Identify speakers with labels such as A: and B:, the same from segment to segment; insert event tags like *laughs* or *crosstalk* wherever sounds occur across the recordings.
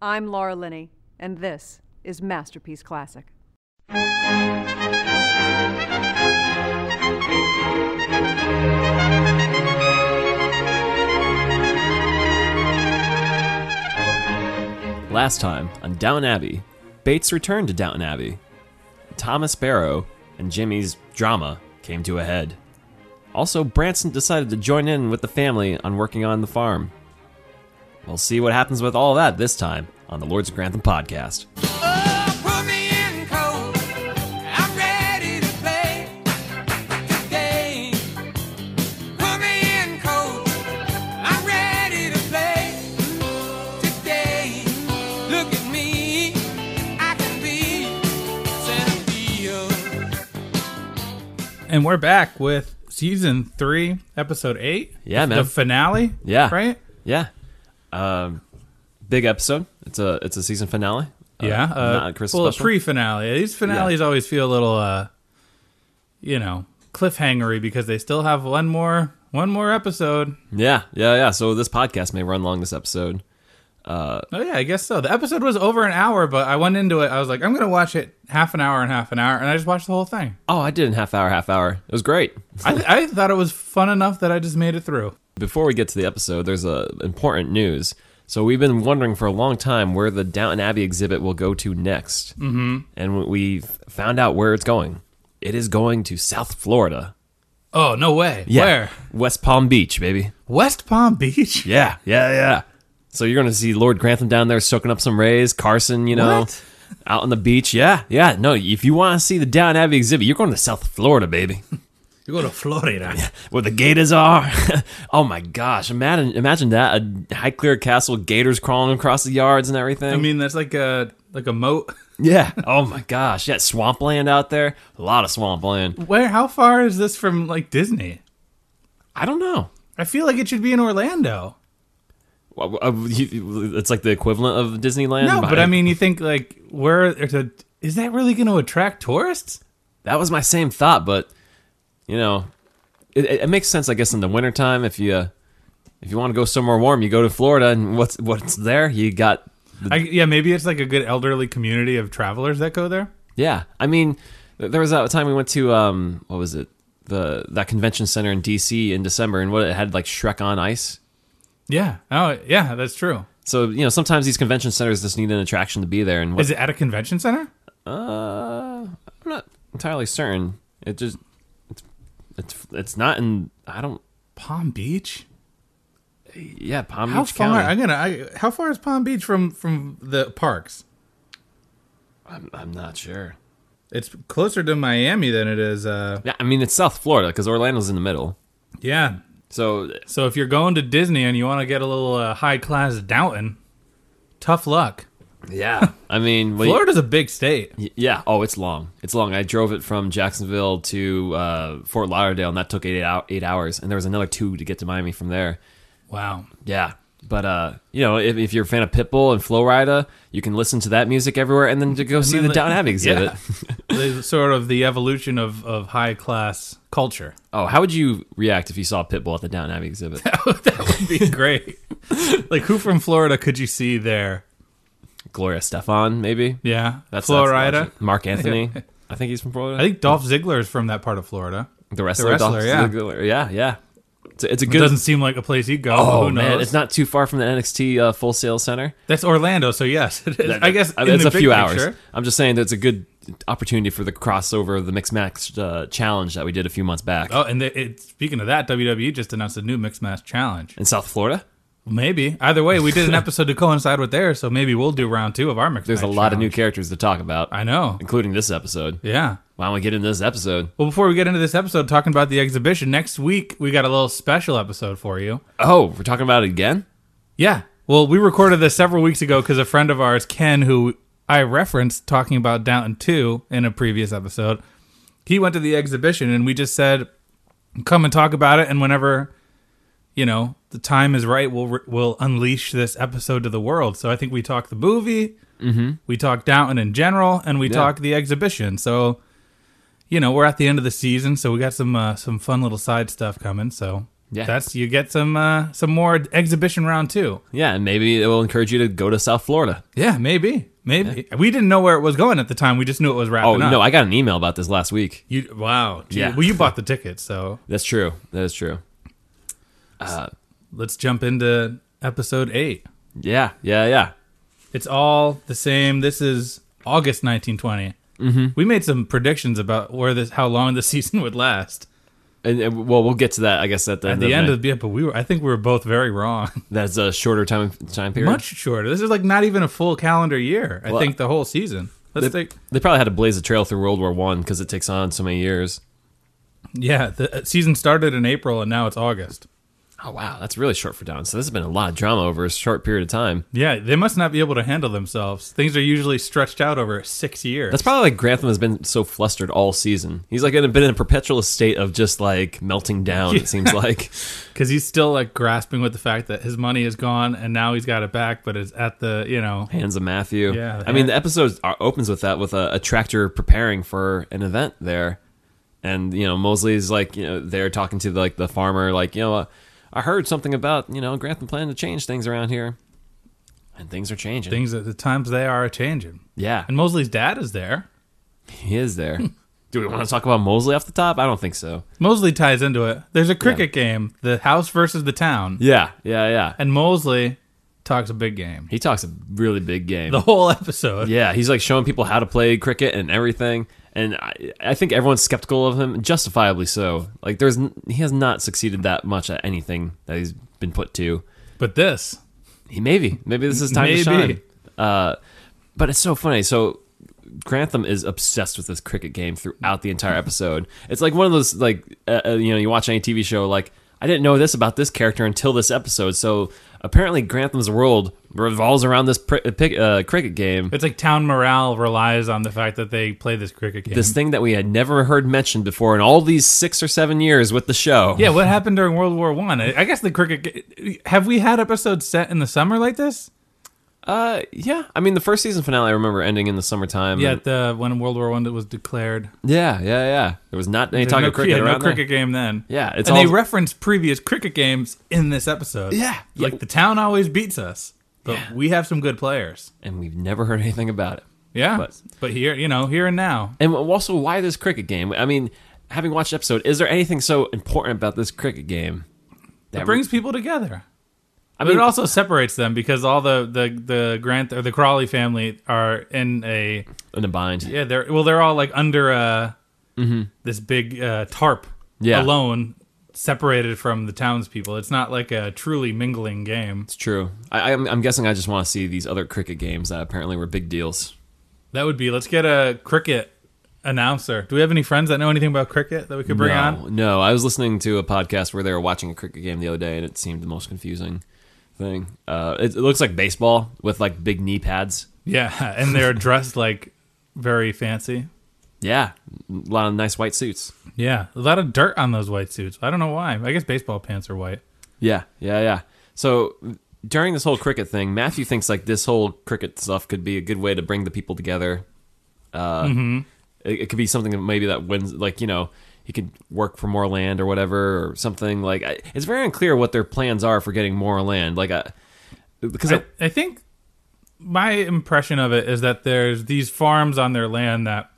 A: I'm Laura Linney, and this is Masterpiece Classic.
B: Last time on Downton Abbey, Bates returned to Downton Abbey. Thomas Barrow and Jimmy's drama came to a head. Also, Branson decided to join in with the family on working on the farm. We'll see what happens with all that this time on the Lords of Grantham podcast.
C: Oh, put me in cold. I'm ready to play today. Put me in cold. I'm ready to play today. Look at me. I can be Santa
D: And we're back with season three, episode eight.
B: Yeah, man.
D: The finale.
B: Yeah.
D: Right?
B: Yeah. Um, big episode. It's a it's a season finale.
D: yeah.
B: Uh, not a Christmas
D: well,
B: special.
D: pre finale. These finales always feel a little, uh, you know, cliffhangery because they still have one more one more episode.
B: yeah, yeah, yeah. So this podcast may run long this episode.
D: Oh yeah, I guess so. The episode was over an hour, but I went into it. I was like, I'm gonna watch it half an hour and half an hour, and I just watched the whole thing.
B: Oh, I did in half hour, half hour. It was great.
D: I, I thought it was fun enough that I just made it through.
B: Before we get to the episode, there's a important news. So we've been wondering for a long time where the Downton Abbey exhibit will go to next, mm-hmm. and we found out where it's going. It is going to South Florida.
D: Oh no way! Where?
B: West Palm Beach, baby.
D: West Palm Beach.
B: Yeah, yeah, yeah. So you're going to see Lord Grantham down there soaking up some rays, Carson, you know,
D: What?
B: out on the beach. Yeah, yeah. No, if you want to see the Down Abbey exhibit, you're going to South Florida, baby,
D: You go to Florida.
B: where the gators are. *laughs* oh my gosh, imagine imagine that a Highclere Castle, gators crawling across the yards and everything.
D: I mean, that's like a like a moat.
B: yeah. Oh my gosh, yeah, swampland out there, a lot of swampland.
D: Where? How far is this from like Disney?
B: I don't know.
D: I feel like it should be in Orlando.
B: Well, uh, you- It's like the equivalent of Disneyland.
D: No, but I mean, you think like where is a, is that really going to attract tourists?
B: That was my same thought, but you know, it, it, it makes sense, I guess, in the wintertime if you uh, if you want to go somewhere warm, you go to Florida, and what's what's there? You got
D: I, yeah, maybe it's like a good elderly community of travelers that go there.
B: yeah. I mean, th- there was that time we went to um what was it the that convention center in D.C. in December, and what it had like Shrek on Ice.
D: Yeah. Oh, yeah, that's true.
B: So you know, sometimes these convention centers just need an attraction to be there, and what,
D: Is it at a convention center?
B: uh, I'm not entirely certain. It just it's it's it's not in I don't
D: Palm Beach.
B: yeah Palm
D: How
B: Beach
D: far?
B: County.
D: I'm gonna. I, how far is Palm Beach from from the parks?
B: I'm, I'm not sure.
D: It's closer to Miami than it is. Uh,
B: Yeah, I mean it's South Florida because Orlando's in the middle.
D: yeah.
B: So
D: So if you're going to Disney and you want to get a little uh, high class Downton, tough luck. *laughs*
B: yeah, I mean well,
D: Florida's a big state.
B: y- Yeah. Oh, it's long. It's long. I drove it from Jacksonville to uh, Fort Lauderdale, and that took eight hou- eight hours. And there was another two to get to Miami from there.
D: Wow.
B: Yeah. But uh, you know, if, if you're a fan of Pitbull and Flo Rida, you can listen to that music everywhere, and then to go see
D: then
B: the
D: the-
B: Down
D: *laughs*
B: Abbey exhibit.
D: the, sort of the evolution of, of high class culture.
B: *laughs*
D: *laughs*
B: Oh, how would you react if you saw Pitbull at the Down Abbey exhibit?
D: Be great. like who from Florida could you see there?
B: Gloria Stefan, maybe.
D: Yeah,
B: That's
D: Florida.
B: that's-
D: *laughs*
B: Mark Anthony. I think he's from Florida.
D: I think Dolph Ziggler is from that part of Florida.
B: The wrestler,
D: wrestler,
B: Dolph
D: yeah.
B: Ziggler. yeah, yeah. It's a, it's a
D: It
B: good.
D: doesn't seem like a place he'd go.
B: oh
D: who knows?
B: man, it's not too far from the NXT uh, Full Sail Center.
D: That's Orlando, so yes. it is. I guess
B: I
D: in
B: mean, it's
D: the
B: a
D: big
B: few hours.
D: picture-
B: I'm just saying that it's a good opportunity for the crossover, of the mixed match uh, challenge that we did a few months back
D: Oh, and the, it, speaking of that, WWE just announced a new mixed match challenge.
B: in South Florida.
D: Maybe either way, we
B: *laughs*
D: did an episode to coincide with theirs, so maybe we'll do round two of our mixed.
B: There's a
D: match
B: lot of new
D: challenge.
B: characters to talk about,
D: I know.
B: including this episode.
D: Yeah.
B: Why don't we get into this episode?
D: Well, before we get into this episode talking about the exhibition, next week we got a little special episode for you.
B: Oh, we're talking about it again.
D: Yeah. Well, we recorded this several weeks ago because a friend of ours, Ken, who I referenced talking about Downton 2 in a previous episode, he went to the exhibition and we just said, come and talk about it. And whenever, you know, the time is right, we'll, we'll unleash this episode to the world. So I think we talked the movie, we talked Downton in general, and we talked the exhibition. So, you know, we're at the end of the season, so we got some uh, some fun little side stuff coming. So
B: Yeah.
D: that's you get some uh, some more exhibition round two.
B: Yeah, and maybe it will encourage you to go to South Florida.
D: Yeah, maybe, maybe we didn't know where it was going at the time. We just knew it was wrapping
B: Oh
D: up.
B: no, I got an email about this last week.
D: you wow. Gee,
B: Yeah.
D: Well, you bought the tickets, so
B: That's true. That is true.
D: let's jump into episode eight.
B: Yeah, yeah, yeah.
D: It's all the same. This is August 1920. Mm-hmm. We made some predictions about where this, how long the *laughs* season would last.
B: And, and well, we'll get to that. I guess at the
D: At
B: end
D: the end
B: night.
D: of the yeah, but we were, I think we were both very wrong.
B: that's a shorter time time period.
D: Much shorter. This is like not even a full calendar year. I
B: Well,
D: think the whole season. Let's
B: They,
D: think.
B: they probably had to blaze a trail through World War One because it takes on so many years.
D: Yeah, the uh, season started in April and now it's August.
B: Oh wow, that's really short for Don. So this has been a lot of drama over a short period of time.
D: Yeah, they must not be able to handle themselves. Things are usually stretched out over six years.
B: That's probably like Grantham has been so flustered all season. He's like in a, been in a perpetual state of just like melting down. It seems
D: *laughs*
B: like.
D: because he's still like grasping with the fact that his money is gone and now he's got it back, but it's at the you know
B: Hands of Matthew.
D: Yeah,
B: I mean, the episode uh, opens with that, with a, a tractor preparing for an event there, and you know Mosley's like, you know, they're talking to like the farmer, like, you know, uh, I heard something about you know Grantham planning to change things around here, and things are changing.
D: things at the times they are changing.
B: yeah,
D: And Mosley's dad is there.
B: he is
D: *laughs*
B: there. Do we want to talk about Mosley off the top? I don't think so.
D: Mosley ties into it. There's a cricket game, the house versus the town,
B: Yeah, yeah, yeah.
D: and Mosley talks a big game.
B: He talks a really big game.
D: The whole episode.
B: Yeah, he's like showing people how to play cricket and everything. And I, I think everyone's skeptical of him, justifiably so. Like there's, n- he has not succeeded that much at anything that he's been put to.
D: But this,
B: He maybe, maybe this is time
D: Maybe.
B: to shine. Uh, but it's so funny. So Grantham is obsessed with this cricket game throughout the entire episode. It's like one of those like uh, uh, you know you watch any TV show like I didn't know this about this character until this episode. So apparently Grantham's world revolves around this pr- uh, pic- uh, cricket game.
D: it's like town morale relies on the fact that they play this cricket game.
B: this thing that we had never heard mentioned before in all these six or seven years with the show.
D: yeah, what happened during World War One? I? I, guess the cricket. Ga- have we had episodes set in the summer like this?
B: uh, yeah. I mean, the first season finale I remember ending in the summertime.
D: Yeah,
B: and-
D: the when World War One was declared.
B: yeah, yeah, yeah. There was not any
D: There's
B: talk
D: no,
B: of cricket
D: yeah, no
B: around there.
D: cricket game then.
B: Yeah, it's
D: and
B: all-
D: they reference previous cricket games in this episode.
B: Yeah.
D: like
B: Yeah.
D: the town always beats us, but we have some good players.
B: and we've never heard *laughs* anything about it.
D: Yeah, but,
B: But-
D: here, you know, here and now,
B: And also, why this cricket game? I mean, having watched the episode, is there anything so important about this cricket game that
D: it brings people together.
B: I
D: But
B: mean,
D: it also separates them because all the the the Grant or the Crawley family are in a
B: in a bind?
D: yeah they're well they're all like under uh this big uh, tarp
B: Mm-hmm. Yeah.
D: alone separated from the townspeople. It's not like a truly mingling game.
B: It's true. I, I'm, I'm guessing I just want to see these other cricket games that apparently were big deals.
D: That would be. Let's get a cricket announcer. Do we have any friends that know anything about cricket that we could bring
B: no,
D: on?
B: No, I was listening to a podcast where they were watching a cricket game the other day, and it seemed the most confusing thing. Uh, it, it looks like baseball with like big knee pads.
D: Yeah, *laughs* and they're dressed like very fancy.
B: Yeah, a lot of nice white suits.
D: Yeah, a lot of dirt on those white suits. I don't know why. I guess baseball pants are white.
B: Yeah, yeah, yeah. So during this whole cricket thing, Matthew thinks like this whole cricket stuff could be a good way to bring the people together. Uh, it, it could be something that maybe that wins, like you know, he could work for more land or whatever or something. Like I, it's very unclear what their plans are for getting more land. Like, I, because
D: I, I think my impression of it is that there's these farms on their land that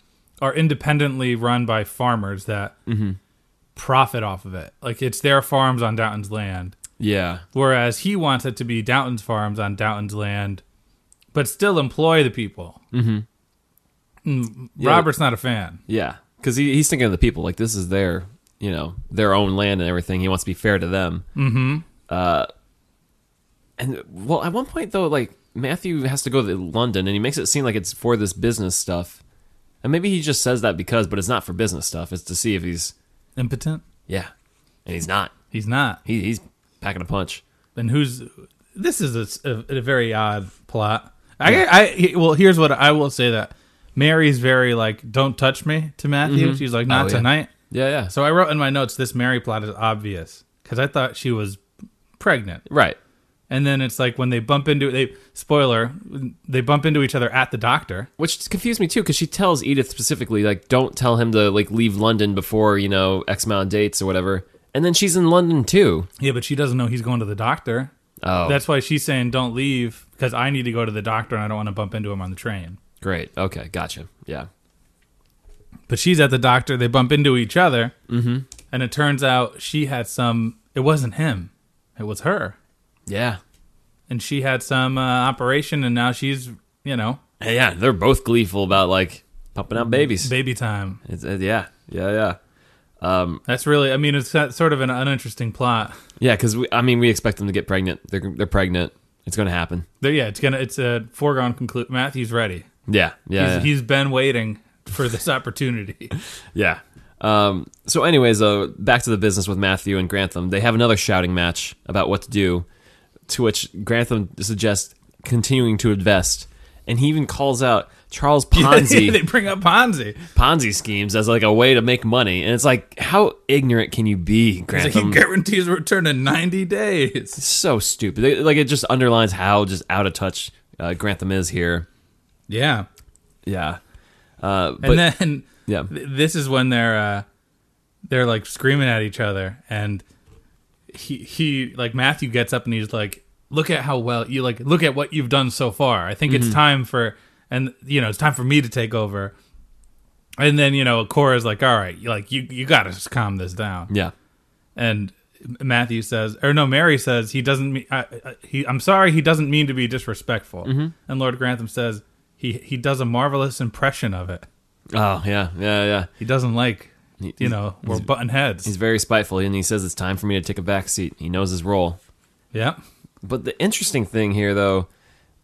D: are independently run by farmers that profit off of it. Like it's their farms on Downton's land.
B: yeah,
D: whereas he wants it to be Downton's farms on Downton's land, but still employ the people. Mm-hmm. Robert's not a fan.
B: Yeah, because he, he's thinking of the people. Like this is their, you know, their own land and everything. He wants to be fair to them. Mm-hmm. Uh, and well, at one point though, like Matthew has to go to London, and he makes it seem like it's for this business stuff. And maybe he just says that because, but it's not for business stuff. It's to see if he's
D: Impotent?
B: yeah, and he's not.
D: He's not.
B: He, he's packing a punch.
D: And who's? This is a s- a, a very odd plot. I, I he- well, here's what I will say that Mary's very like, don't touch me to Matthew. She's like, not
B: Oh, yeah.
D: tonight.
B: Yeah, yeah. So
D: So I wrote in my notes, this Mary plot is obvious because I thought she was pregnant.
B: right.
D: And then it's like when they bump into they spoiler they bump into each other at the doctor.
B: Which confused me too, because she tells Edith specifically, like, don't tell him to like leave London before you know X amount of dates or whatever. And then she's in London too.
D: Yeah, but she doesn't know he's going to the doctor.
B: Oh,
D: That's why she's saying don't leave because I need to go to the doctor and I don't want to bump into him on the train.
B: great. Okay, gotcha. Yeah.
D: But she's at the doctor. They bump into each other, mm-hmm. and it turns out she had some. It wasn't him. It was her,
B: Yeah.
D: and she had some uh, operation, and now she's you know
B: Hey, yeah, they're both gleeful about like pumping
D: Mm,
B: out babies.
D: baby time.
B: It's, uh, yeah, yeah, yeah,
D: That's really. I mean, it's not- sort of an uninteresting plot.
B: yeah. Because I mean, we expect them to get pregnant. They're they're pregnant. It's going to happen.
D: There, yeah, it's gonna. It's a foregone conclusion. Matthew's ready.
B: Yeah, yeah,
D: He's,
B: yeah.
D: he's been waiting for this *laughs* opportunity.
B: yeah. Um, so, anyways, uh, back to the business with Matthew and Grantham. They have another shouting match about what to do, to which Grantham suggests continuing to invest, and he even calls out Charles
D: *laughs*
B: Ponzi.
D: they bring up Ponzi.
B: Ponzi schemes as like a way to make money, and it's like, how ignorant can you be,
D: It's like he
B: Grantham?
D: guarantees a return in ninety days.
B: so stupid. They- Like it just underlines how just out of touch uh, Grantham is here.
D: Yeah,
B: Yeah, uh, but
D: and then
B: yeah,
D: th- this is when they're uh, they're like screaming at each other, and he he like Matthew gets up and he's like, "Look at how well you like look at what you've done so far. I think
B: Mm-hmm.
D: it's time for and you know it's time for me to take over." And then you know Cora's like, "All right, you- like you you got to calm this down."
B: yeah,
D: and Matthew says, or no, Mary says he doesn't. mean I, I, he, I'm sorry, he doesn't mean to be disrespectful.
B: Mm-hmm.
D: And Lord Grantham says he he does a marvelous impression of it.
B: oh yeah, yeah, yeah.
D: He doesn't like, you know, we're button
B: He's
D: heads.
B: very spiteful, and he says it's time for me to take a back seat. He knows his role.
D: Yeah,
B: But the interesting thing here, though,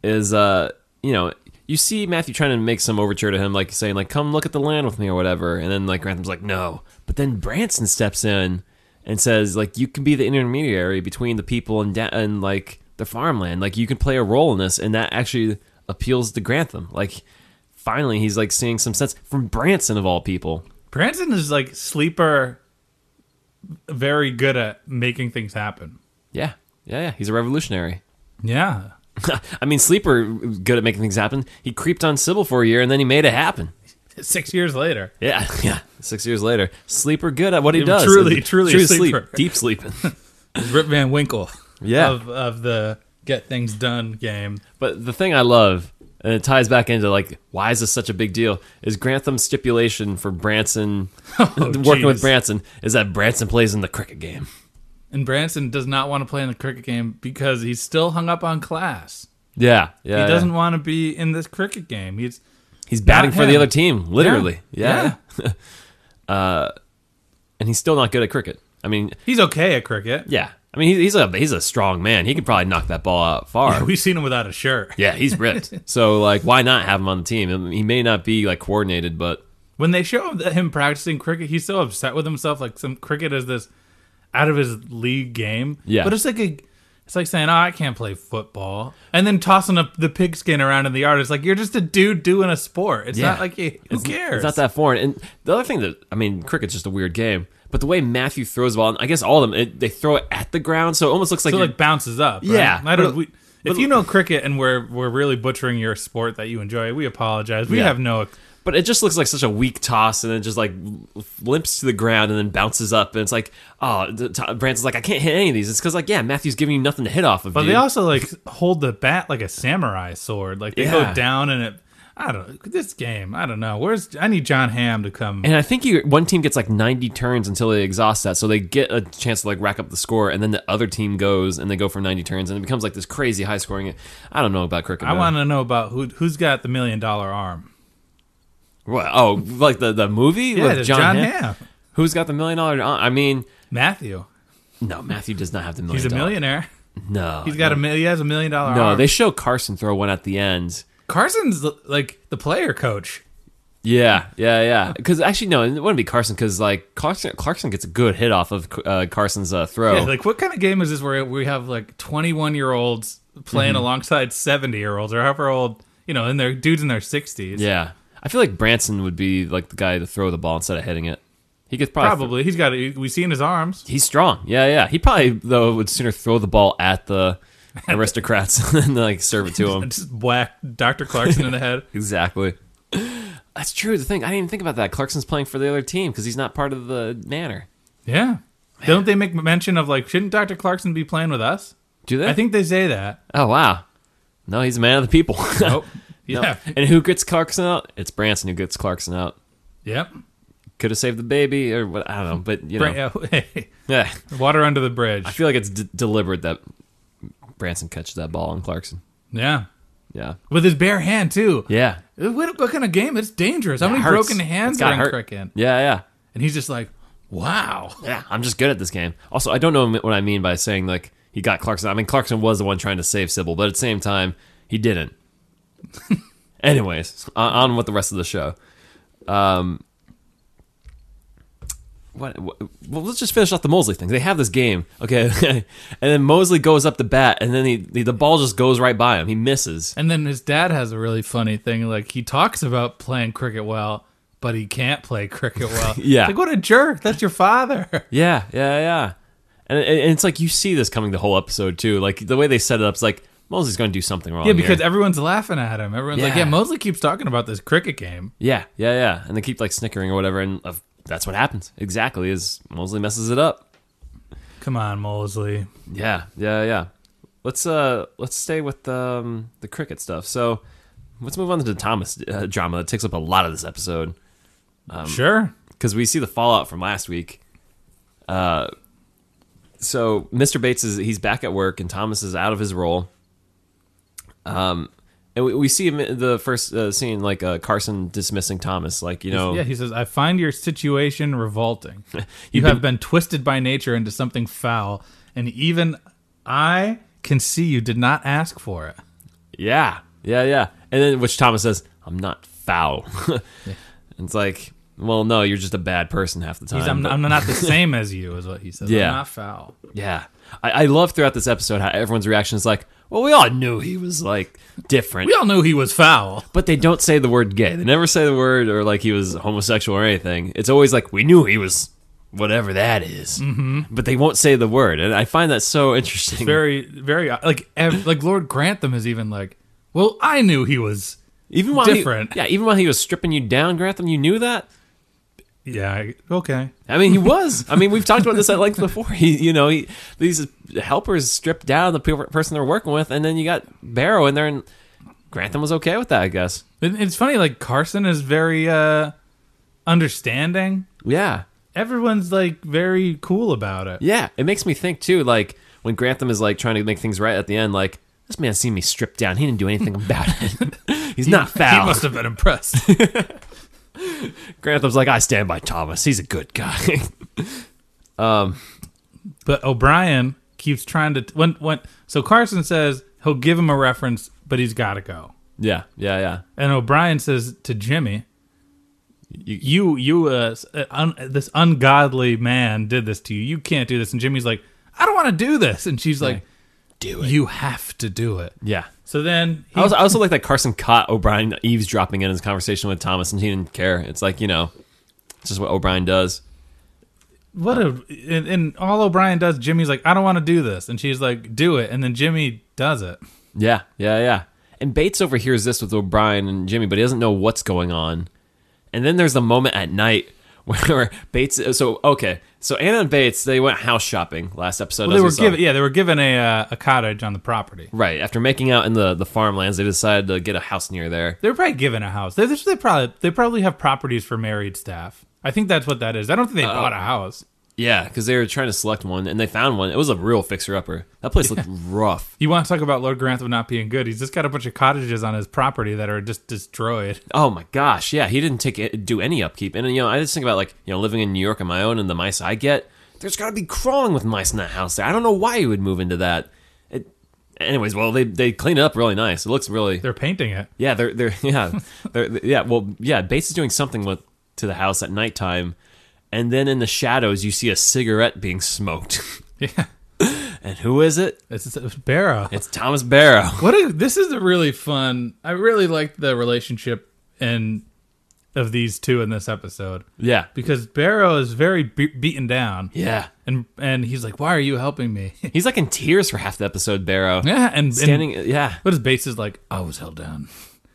B: is uh, you know, you see Matthew trying to make some overture to him, like saying, like, "Come look at the land with me" or whatever, and then like Grantham's like, "No." But then Branson steps in and says, like, "You can be the intermediary between the people and da- and like the farmland. Like, you can play a role in this," and that actually appeals to Grantham. Like, finally, he's like seeing some sense from Branson of all people.
D: Branson is like sleeper, very good at making things happen.
B: Yeah, yeah, yeah. He's a revolutionary. *laughs*
D: Yeah,
B: I mean, Sleeper uh, good at making things happen. He creeped on Sybil for a year, and then he made it happen.
D: six years later,
B: Yeah, *laughs* yeah. Six years later, sleeper good at what he
D: Yeah,
B: does.
D: truly-
B: It's
D: truly a
B: true
D: sleeper.
B: sleep, *laughs* deep
D: *laughs*
B: sleeping.
D: Rip Van Winkle.
B: *laughs* Yeah.
D: of of the get things done game.
B: but the thing I love, and it ties back into like why is this such a big deal, is Grantham's stipulation for
D: *laughs*
B: Branson
D: Oh,
B: *laughs* working with
D: geez.
B: Branson is that Branson plays in the cricket game.
D: And Branson does not want to play in the cricket game because he's still hung up on class.
B: Yeah, yeah.
D: he
B: yeah.
D: doesn't want to be in this cricket game. He's
B: He's batting
D: Not
B: for the
D: him.
B: other team, literally. Yeah. *laughs* and he's still not good at cricket. I mean,
D: He's okay at cricket.
B: yeah. I mean, he- he's a he's a strong man. He could probably knock that ball out far.
D: We've seen him without a shirt.
B: Yeah, he's
D: *laughs*
B: ripped. so like, why not have him on the team? I mean, He may not be like coordinated, but
D: When they show him, him practicing cricket, he's so upset with himself. Like some cricket is this out of his league game.
B: Yeah.
D: but it's like a. It's like saying, "Oh, I can't play football," and then tossing up the pigskin around in the yard. It's like you're just a dude doing a sport. It's
B: Yeah.
D: not like you, who cares.
B: it's not that foreign. And the other thing that I mean, cricket's just a weird game. But the way Matthew throws the ball, and I guess all of them, it, they throw it at the ground, so it almost looks like,
D: so it,
B: you're-
D: like bounces up. right?
B: Yeah.
D: I don't.
B: But-
D: we, if you know cricket and we're we're really butchering your sport that you enjoy, we apologize. We
B: Yeah.
D: have no.
B: but it just looks like such a weak toss, and it just like limps to the ground and then bounces up, and it's like, oh, the, t- Branson's like, I can't hit any of these. It's because like, yeah, Matthew's giving you nothing to hit off of.
D: But they
B: dude.
D: also like hold the bat like a samurai sword. Like they
B: Yeah.
D: go down and it. I don't. This game. I don't know. Where's I need John Hamm to come.
B: And I think you one team gets like 90 turns until they exhaust that, so they get a chance to like rack up the score, and then the other team goes and they go for 90 turns, and it becomes like this crazy high scoring. I don't know about cricket.
D: I
B: man.
D: want to know about who who's got the million dollar arm.
B: What? Oh, like the the movie
D: Yeah,
B: with
D: there's
B: John,
D: John
B: Hamm?
D: Hamm.
B: Who's got the million dollar? uh, I mean,
D: Matthew.
B: no, Matthew does not have the million.
D: He's a
B: dollar-
D: millionaire.
B: No,
D: He's got a mil- he has a million dollar.
B: no.
D: arm.
B: They show Carson throw one at the end.
D: Carson's like the player coach.
B: Yeah, yeah, yeah. Because actually, no, it wouldn't be Carson because like Clarkson, Clarkson gets a good hit off of uh, Carson's uh, throw.
D: Yeah, like what kind of game is this where we have like 21 year olds
B: Mm-hmm.
D: playing alongside 70 year olds or however old, you know, and they're dudes in their 60s?
B: Yeah. I feel like Branson would be like the guy to throw the ball instead of hitting it. He could probably.
D: Probably. He's got, we see in his arms.
B: He's strong. Yeah, yeah. He probably though would sooner throw the ball at
D: *laughs*
B: the aristocrats *laughs* and like serve it to him.
D: Just whack Dr. Clarkson in the head.
B: exactly. That's true. The thing I didn't even think about that. Clarkson's playing for the other team because he's not part of the manor.
D: *laughs* Yeah. Don't they make mention of like, shouldn't Dr. Clarkson be playing with us?
B: Do they?
D: I think they
B: *laughs*
D: say that.
B: Oh wow. No, he's a man of the people. *laughs*
D: Nope.
B: No.
D: Yeah.
B: And who gets Clarkson out? It's Branson who gets Clarkson out.
D: Yep.
B: Could have saved the baby, or what? I don't know. But you know,
D: Bra- uh, *laughs* hey,
B: yeah.
D: water under the bridge.
B: I feel like it's d- deliberate that Branson catches that ball on Clarkson.
D: yeah.
B: Yeah.
D: With his bare hand, too.
B: Yeah.
D: What, what kind of game? It's dangerous. How
B: It
D: many
B: hurts.
D: broken
B: It's
D: hands
B: gotta
D: are in
B: hurt.
D: cricket?
B: Yeah, yeah.
D: And he's just like, wow.
B: Yeah, I'm just good at this game. Also, I don't know what I mean by saying like he got Clarkson. I mean Clarkson was the one trying to save Sybil, but at the same time, he
D: *laughs*
B: didn't. Anyways, on, on with the rest of the show. Um, what, what? Well, let's just finish off the Mosley thing. They have this game, okay, *laughs* and then Mosley goes up the bat, and then he, the, the ball just goes right by him. He misses.
D: And then his dad has a really funny thing. Like he talks about playing cricket well, but he can't play cricket well.
B: *laughs* Yeah.
D: It's like what a jerk. That's your father.
B: Yeah, yeah, yeah. And, and it's like you see this coming the whole episode too. Like the way they set it up is like Mosley's going to do something wrong.
D: Yeah,
B: here.
D: because everyone's laughing at him. Everyone's like,
B: Yeah.
D: yeah, Mosley keeps talking about this cricket game.
B: Yeah, yeah, yeah. And they keep like snickering or whatever, and uh, that's what happens exactly. Is Mosley messes it up?
D: Come on, Mosley.
B: Yeah, yeah, yeah. Let's uh let's stay with um, the cricket stuff. So let's move on to the Thomas uh, drama that takes up a lot of this episode Um,
D: sure.
B: because we see the fallout from last week. Uh, so Mr. Bates is he's back at work, and Thomas is out of his role. Um, and we, we see him in the first uh, scene like uh, Carson dismissing Thomas, like you know,
D: Yeah, he says, I find your
B: *laughs*
D: situation revolting. you
B: You've
D: have been twisted by nature into something foul, and even I can see you did not ask for it.
B: Yeah, yeah, yeah. And then which Thomas says, "I'm not foul." *laughs* It's like, well, no, you're just a bad person half the time.
D: He's, I'm,
B: but-
D: I'm not
B: *laughs*
D: the same as you, is what he says.
B: Yeah.
D: I'm not foul.
B: yeah, I, I love throughout this episode how everyone's reaction is like, "Well, we all knew he was like different,"
D: We all knew he was foul.
B: but they don't say the word "gay." They never say the word or like he was homosexual or anything. It's always like, "We knew he was." Whatever that mm-hmm. but they won't say the word, and I find that so interesting.
D: Very, very like ev- like Lord Grantham is even like, well, I knew he was.
B: even while he-
D: different.
B: yeah, even while he was stripping you down, Grantham, you knew that.
D: Yeah, I- okay.
B: I mean, he was. I mean, we've talked about this at length before. He, you know, he, these helpers stripped down the pe- person they're working with, and then you got Barrow in there, and Grantham was okay with that, I guess.
D: It- It's funny, like Carson is very uh understanding.
B: Yeah,
D: Everyone's like very cool about it.
B: yeah. It makes me think too, like when Grantham is like trying to make things right at the end, like this man's seen me stripped down. He didn't do
D: *laughs*
B: anything about it. *laughs* He's not
D: He
B: foul.
D: must have been impressed.
B: *laughs* Grantham's like, I stand by Thomas. He's a good guy. *laughs*
D: But O'Brien keeps trying to when when so Carson says he'll give him a reference, but he's got to go.
B: yeah, yeah, yeah.
D: And O'Brien says to Jimmy, "You you uh, s- uh, un, this ungodly man did this to you. You can't do this." And Jimmy's like, "I don't want to do this." And she's like,
B: Do
D: "You have to do it."
B: Yeah.
D: So then he,
B: I also, I also like that Carson caught O'Brien eavesdropping in his conversation with Thomas, and he didn't care. It's like you know, it's just what O'Brien does.
D: what a and, and all O'Brien does, Jimmy's like, "I don't want to do this," and she's like, "Do it." And then Jimmy does it.
B: Yeah, yeah, yeah. And Bates overhears this with O'Brien and Jimmy, but he doesn't know what's going on. And then there's the moment at night *laughs* where Bates. So okay, so Anna and Bates they went house shopping last episode.
D: Well, they
B: as
D: were
B: saw.
D: given yeah, they were given a uh, a cottage on the property.
B: right after making out in the the farmlands. They decided to get a house near there.
D: They're probably given a house. They, they probably they probably have properties for married staff. I think that's what that is. I don't think they bought a house.
B: Yeah, because they were trying to select one, and they found one. It was a real fixer upper. That place
D: *laughs*
B: looked rough.
D: You want to talk about Lord Grantham not being good? He's just got a bunch of cottages on his property that are just destroyed. *laughs*
B: Oh my gosh, yeah, he didn't take it, do any upkeep. And you know, I just think about like you know living in New York on my own and the mice I get. There's got to be crawling with mice in that house there. I don't know why you would move into that. It, anyways, well they they clean it up really nice. It looks really
D: They're painting it.
B: yeah they're they're *laughs* yeah they're, yeah well yeah Bates is doing something with to the house at nighttime, and then in the shadows you see a cigarette being smoked. *laughs*
D: Yeah,
B: and who is it?
D: it's, it's Barrow.
B: It's Thomas Barrow.
D: What a, this is a really fun. I really liked the relationship and of these two in this episode
B: Yeah,
D: because Barrow is very be- beaten down.
B: yeah.
D: and and he's like, "Why are you helping me?" *laughs*
B: He's like in tears for half the episode. Barrow
D: yeah, and and-
B: standing. Yeah,
D: But his bass is like, I was held down.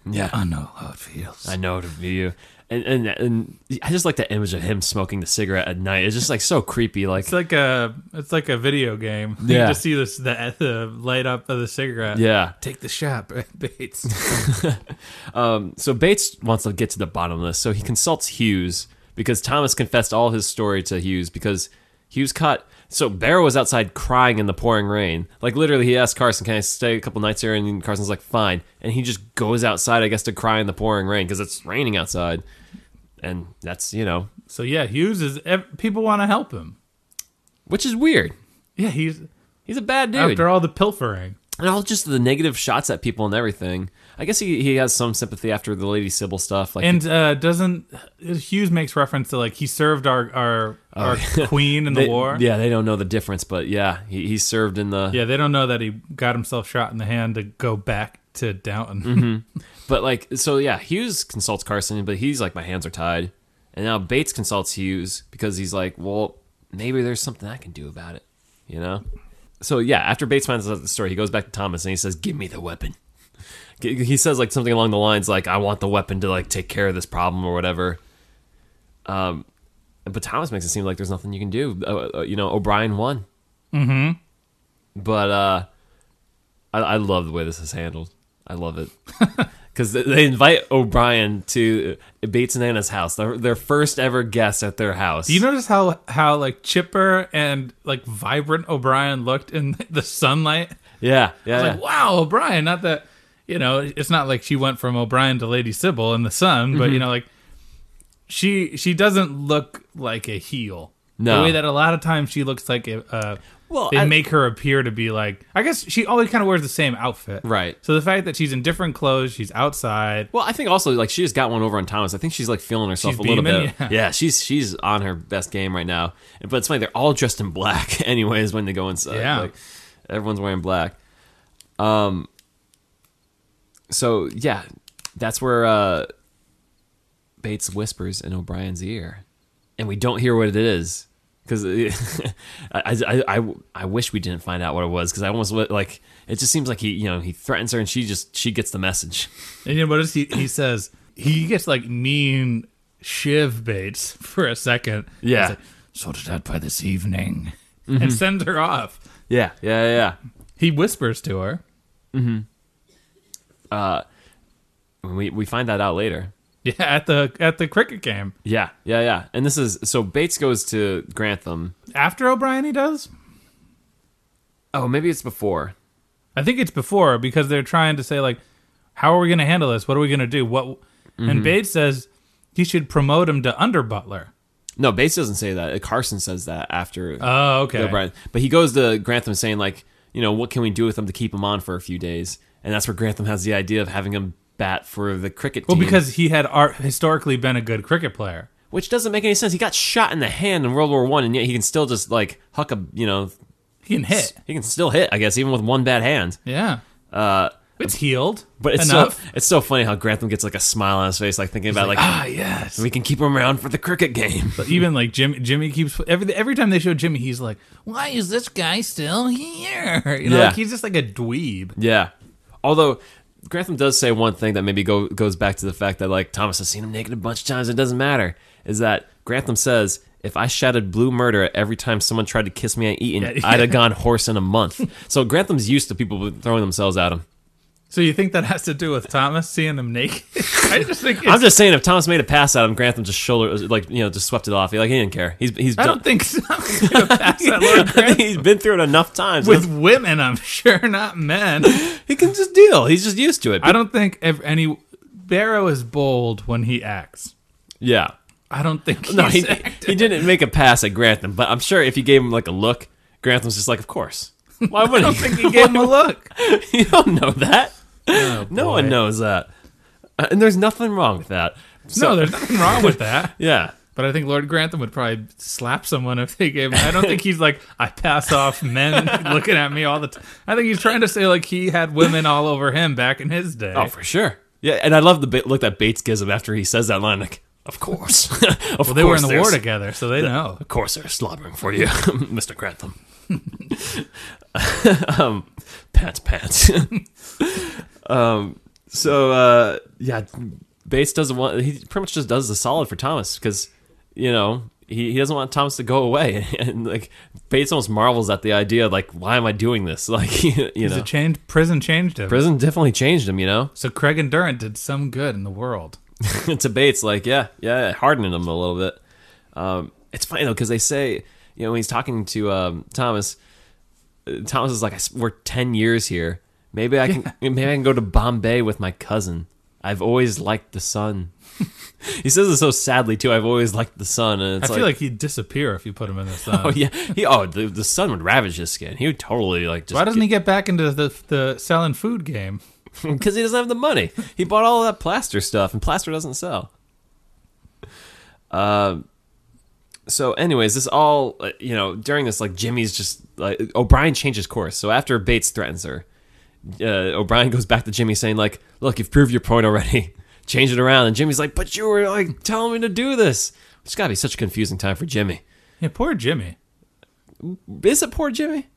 B: Yeah.
D: I know how it feels.
B: I know it'll be you. And, and and I just like that image of him smoking the cigarette at night. It's just like so creepy. Like
D: It's like a it's like a video game. *laughs*
B: Yeah.
D: You just see this the, the light up of the cigarette.
B: yeah.
D: Take the shot, *laughs* Bates.
B: So Bates wants to get to the bottom of this, so he consults Hughes because Thomas confessed all his story to Hughes because Hughes caught. So Barrow was outside crying in the pouring rain. Like literally, he asked Carson, "Can I stay a couple nights here?" And Carson's like, "Fine." And he just goes outside, I guess, to cry in the pouring rain because it's raining outside. And that's you know,
D: So yeah, Hughes is ev- people want to help him.
B: which is weird.
D: Yeah, he's
B: He's a bad dude.
D: after all the pilfering.
B: and all just the negative shots at people and everything. I guess he, he has some sympathy after the Lady Sybil stuff. Like
D: And uh, doesn't Hughes makes reference to like he served our our,
B: *laughs*
D: our queen in the
B: Oh, they-
D: war?
B: Yeah, they don't know the difference, but yeah, he, he served in the.
D: Yeah, they don't know that he got himself shot in the hand to go back to Downton.
B: Mm-hmm. But like, so yeah, Hughes consults Carson, but he's like, my hands are tied. And now Bates consults Hughes because he's like, well, maybe there's something I can do about it, you know? So yeah, after Bates finds out the story, he goes back to Thomas and he says, give me the weapon. G- He says like something along the lines like, I want the weapon to like take care of this problem or whatever. Um, but Thomas makes it seem like there's nothing you can do. Uh, uh, you know, O'Brien won. Mm-hmm. But uh, I, I love the way this is handled. I love it. *laughs* because they invite O'Brien to Bates and Anna's house, their, their first ever guest at their house.
D: Do you notice how how like chipper and like vibrant O'Brien looked in *laughs* the sunlight?
B: yeah, yeah,
D: Like
B: yeah.
D: wow, O'Brien. Not that you know, it's not like she went from O'Brien to Lady Sybil in the sun, but
B: Mm-hmm.
D: you know, like she she doesn't look like a heel.
B: No.
D: the way that a lot of times she looks like a. Uh,
B: Well,
D: they
B: I-
D: make her appear to be like. I guess she always kind of wears the same outfit,
B: Right.
D: So the fact that she's in different clothes, she's outside.
B: Well, I think also like she just got one over on Thomas. I think she's like feeling herself
D: She's
B: a little
D: beaming,
B: bit.
D: yeah.
B: she's she's on her best game right now. But it's funny they're all dressed in black *laughs* anyways when they go inside.
D: Yeah.
B: Like, everyone's wearing black. Um. So yeah, that's where uh, Bates whispers in O'Brien's ear, and we don't hear what it is because *laughs* I, I, I, I wish we didn't find out what it was because I almost wa- like it just seems like he you know he threatens her and she just she gets the message.
D: And you notice he, he says he gets like mean shiv baits for a second.
B: Yeah. Mm-hmm.
D: He's like, sort it out by this evening, and sends her off.
B: Yeah, yeah, yeah, yeah.
D: He whispers to her.
B: We we find that out later.
D: Yeah, at the at the cricket game
B: Yeah, yeah, yeah. And this is so Bates goes to Grantham.
D: after O'Brien. He does.
B: Oh, maybe it's before.
D: I think it's before because they're trying to say like, how are we going to handle this? What are we going to do? What?
B: Mm-hmm.
D: And Bates says he should promote him to under butler.
B: No, Bates doesn't say that. Carson says that after
D: Oh, okay.
B: O'Brien. But he goes to Grantham saying like, you know, what can we do with him to keep him on for a few days? And that's where Grantham has the idea of having him bat for the cricket
D: Well,
B: team.
D: because he had ar- historically been a good cricket player.
B: which doesn't make any sense. He got shot in the hand in World War One, and yet he can still just like huck a you know
D: He can hit.
B: he can still hit. I guess even with one bad hand.
D: Yeah.
B: Uh,
D: It's healed.
B: but it's
D: enough.
B: so it's so funny how Grantham gets like a smile on his face, like thinking about like
D: ah yes.
B: We can keep him around for the cricket game.
D: But even like Jimmy, Jimmy keeps every every time they show Jimmy, he's like, "Why is this guy still here?" *laughs* You know,
B: Yeah.
D: like he's just like a dweeb.
B: *laughs* yeah. Although Grantham does say one thing that maybe go, goes back to the fact that like Thomas has seen him naked a bunch of times. It doesn't matter. Is that Grantham says if I shouted blue murder every time someone tried to kiss me at Eaton,
D: Yeah, yeah.
B: *laughs* I'd have gone horse in a *laughs* month. so Grantham's used to people throwing themselves at him.
D: So you think that has to do with Thomas seeing him naked? *laughs* I just think it's,
B: I'm just saying, if Thomas made a pass at him, Grantham just shoulder like you know just swept it off. He like he didn't care. He's he's
D: I
B: done.
D: don't think so. *laughs* I'm gonna pass
B: *laughs*
D: that Lord Grant
B: he's been through it enough times.
D: with women, I'm sure not men.
B: he can just deal. He's just used to it.
D: I don't think if any Barrow is bold when he acts. *laughs*
B: yeah.
D: I don't think he's
B: No, he, *laughs*
D: acting.
B: he didn't make a pass at Grantham, but I'm sure if you gave him like a look, Grantham's just like, of course. Why
D: I
B: *laughs* wouldn't
D: don't think he gave him a look.
B: *laughs*
D: Oh,
B: you don't know that. no
D: boy.
B: one knows that, Uh, and there's nothing wrong with that. So-
D: no, there's nothing wrong with that.
B: yeah,
D: But I think Lord Grantham would probably slap someone if they gave him. I don't think he's like, I pass off men *laughs* looking at me all the time. I think he's trying to say, like, he had women all over him back in his day.
B: oh for sure. Yeah, and I love the ba- look that Bates gives him after he says that line. Like, of course. *laughs* of
D: well, they were
B: course
D: in the
B: there's-
D: war together, so they know.
B: Of course, they're slobbering for you, *laughs* Mister Grantham. *laughs* um, pants, pants. *laughs* um, So uh, yeah, Bates doesn't want. He pretty much just does the solid for Thomas because you know he, he doesn't want Thomas to go away, *laughs* and like Bates almost marvels at the idea like why am I doing this? *laughs* Like you, you
D: Is
B: know,
D: it changed? Prison changed him.
B: prison definitely changed him. You know,
D: So Craig and Durant did some good in the world.
B: *laughs* to Bates like yeah yeah it hardened him a little bit. Um, it's funny though because they say you know when he's talking to um, Thomas, uh, Thomas is like I s- we're ten years here. Maybe I can maybe I can go to Bombay with my cousin. I've always liked the sun. *laughs* he says it so sadly too. I've always liked the sun, and
D: I
B: it's
D: feel like he'd disappear if you put him in the sun.
B: *laughs* oh yeah, he oh the, the sun would ravage his skin. He would totally like just
D: Why doesn't he get back into the, the selling food game?
B: because he doesn't have the money. He bought all that plaster stuff, and plaster doesn't sell. Uh, so, anyways, this all uh, you know during this, like Jimmy's just like O'Brien changes course. So after Bates threatens her, uh, O'Brien goes back to Jimmy saying like, "Look, you've proved your point already. *laughs* Change it around." And Jimmy's like, "But you were like telling me to do this." It's got to be such a confusing time for Jimmy.
D: Yeah, poor Jimmy.
B: Is it poor Jimmy?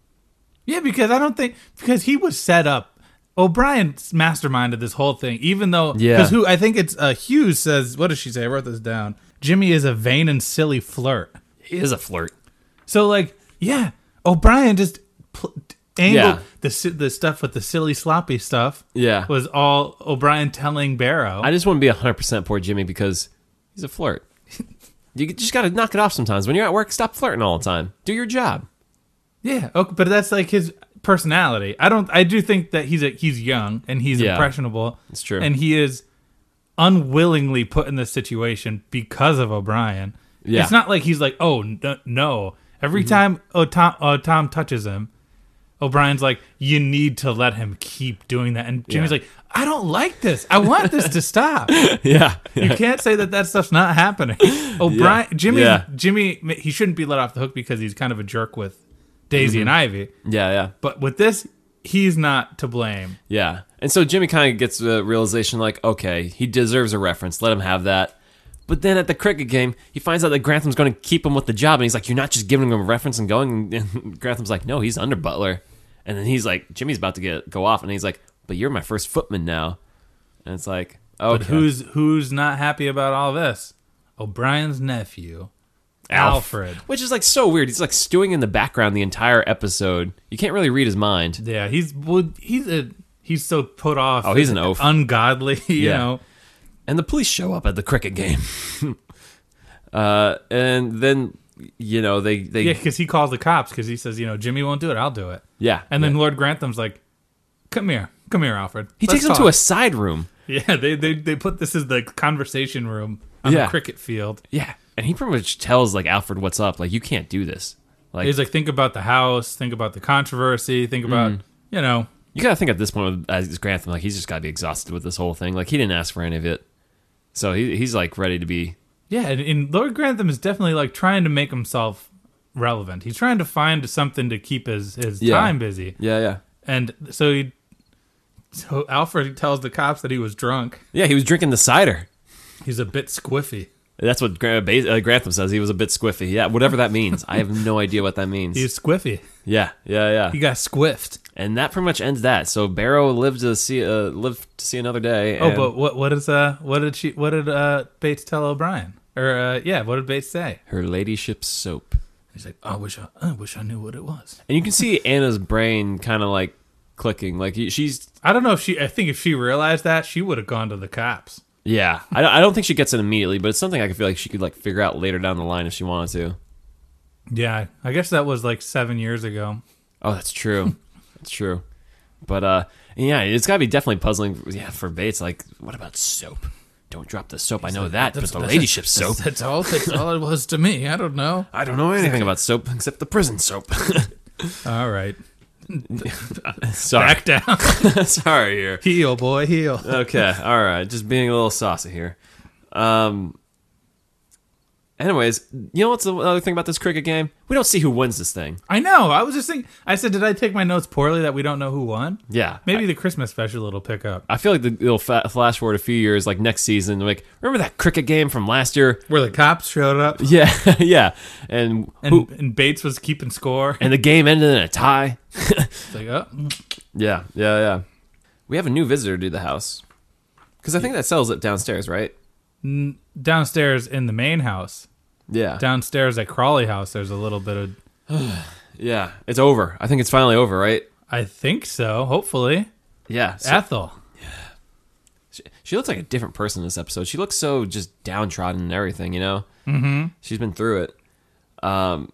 D: Yeah, because I don't think because he was set up. O'Brien masterminded this whole thing, even though
B: Yeah.
D: because who I think it's uh, Hughes says. What does she say? I wrote this down. Jimmy is a vain and silly flirt.
B: He is a flirt.
D: So like, yeah, O'Brien just pl- angled
B: Yeah.
D: the si- the stuff with the silly sloppy stuff.
B: Yeah.
D: was all O'Brien telling Barrow.
B: I just wouldn't be 100% poor Jimmy because he's a *laughs* flirt. you just got to knock it off sometimes. When you're at work, stop flirting all the time. Do your job.
D: yeah, okay, but that's like his personality. I don't. I do think that he's a, he's young and he's
B: Yeah.
D: impressionable.
B: It's true.
D: and he is unwillingly put in this situation because of O'Brien.
B: Yeah. Mm-hmm.
D: it's not like he's like, oh n- no. Every time oh, Tom, oh, Tom touches him, O'Brien's like, you need to let him keep doing that. And Jimmy's
B: Yeah.
D: like, I don't like this. I want this to stop.
B: *laughs* *laughs* Yeah.
D: You can't say that that stuff's
B: *laughs*
D: not happening. O'Brien, Jimmy,
B: Yeah.
D: Jimmy, he shouldn't be let off the hook because he's kind of a jerk with Daisy
B: Mm-hmm.
D: and Ivy.
B: Yeah, yeah.
D: But with this, he's not to blame.
B: Yeah. And so Jimmy kind of gets the realization like, okay, he deserves a reference. Let him have that. But then at the cricket game, he finds out that Grantham's going to keep him with the job. And he's like, you're not just giving him a reference and going. And *laughs* Grantham's like, no, he's under Butler. And then he's like, Jimmy's about to get go off. And he's like, but you're my first footman now. And it's like, oh,
D: But who's who's not happy about all this? O'Brien's nephew, Alfred.
B: Which is like so weird. He's like stewing in the background the entire episode. You can't really read his mind.
D: Yeah, he's well, he's a he's so put off.
B: Oh, he's an oaf.
D: ungodly. *laughs* You
B: Yeah.
D: know,
B: And the police show up at the cricket game. *laughs* uh, and then you know they they
D: yeah,
B: yeah,
D: because he calls the cops because he says, you know, Jimmy won't do it. I'll do it. And then
B: yeah.
D: Lord Grantham's like, come here, come here, Alfred.
B: he
D: Let's
B: takes him
D: talk."
B: to a side room.
D: Yeah, *laughs* they, they they put this as the conversation room on
B: Yeah.
D: the cricket field.
B: Yeah, and he pretty much tells like Alfred what's up. Like you can't do this. Like
D: He's like, think about the house, think about the controversy, think about
B: Mm.
D: you know.
B: you gotta think at this point with as Grantham, like he's just gotta be exhausted with this whole thing. Like he didn't ask for any of it, so he, he's like ready to be.
D: Yeah, and, and Lord Grantham is definitely like trying to make himself relevant. He's trying to find something to keep his his
B: Yeah.
D: time busy.
B: Yeah, yeah,
D: And so he so Alfred tells the cops that he was drunk.
B: yeah. He was drinking the cider.
D: He's a bit squiffy.
B: That's what Gra- Ba- uh, Grantham says. He was a bit squiffy. Yeah, whatever that means. I have no idea what that means.
D: He's squiffy.
B: yeah, yeah,
D: He
B: yeah.
D: got squiffed.
B: And that pretty much ends that. So Barrow lived to see uh, lived to see another day.
D: Oh,
B: and-
D: but what what is uh what did she what did uh Bates tell O'Brien? Or uh yeah, what did Bates say?
B: her ladyship's soap.
D: He's like, I wish I, I wish I knew what it was.
B: And you can see Anna's brain kind of like clicking. Like she's
D: I don't know if she. I think if she realized that, she would have gone to the cops.
B: yeah. I don't, I don't think she gets it immediately, but it's something I could feel like she could like figure out later down the line if she wanted to.
D: Yeah, I guess that was like seven years ago.
B: Oh, that's
D: *laughs*
B: true. that's true. But uh, yeah, it's got to be definitely puzzling. Yeah, for Bates, like what about soap? Don't drop the soap. I know that, but the ladyship's soap.
D: That's all. That's all it was to me. I don't know.
B: I don't know
D: *laughs*
B: anything about soap except the prison soap. *laughs*
D: All right,
B: Sorry.
D: back down.
B: *laughs*
D: *laughs*
B: Sorry here.
D: heel, boy, heel.
B: Okay. All right. Just being a little saucy here. Um Anyways, you know what's the other thing about this cricket game? We don't see who wins this thing.
D: I know. I was just thinking. I said, did I take my notes poorly that we don't know who won?
B: Yeah.
D: Maybe the Christmas special it'll pick up.
B: I feel like the it'll fa- flash forward a few years, like next season. Like, remember that cricket game from last year?
D: Where the cops showed up
B: Yeah, *laughs* yeah. And
D: and,
B: who,
D: and Bates was keeping score.
B: and the game ended in a tie.
D: It's like, oh,
B: Yeah, yeah, yeah. We have a new visitor to the house. Because I think that sells it downstairs, right?
D: Downstairs in the main house,
B: Yeah.
D: downstairs at Crawley House, there's a little bit of.
B: yeah. It's over. I think it's finally over, right?
D: I think so. Hopefully,
B: Yeah. so-
D: Ethel.
B: she, she looks like a different person this episode. She looks so just downtrodden and everything, you know? Mm-hmm. She's been through it.
D: E-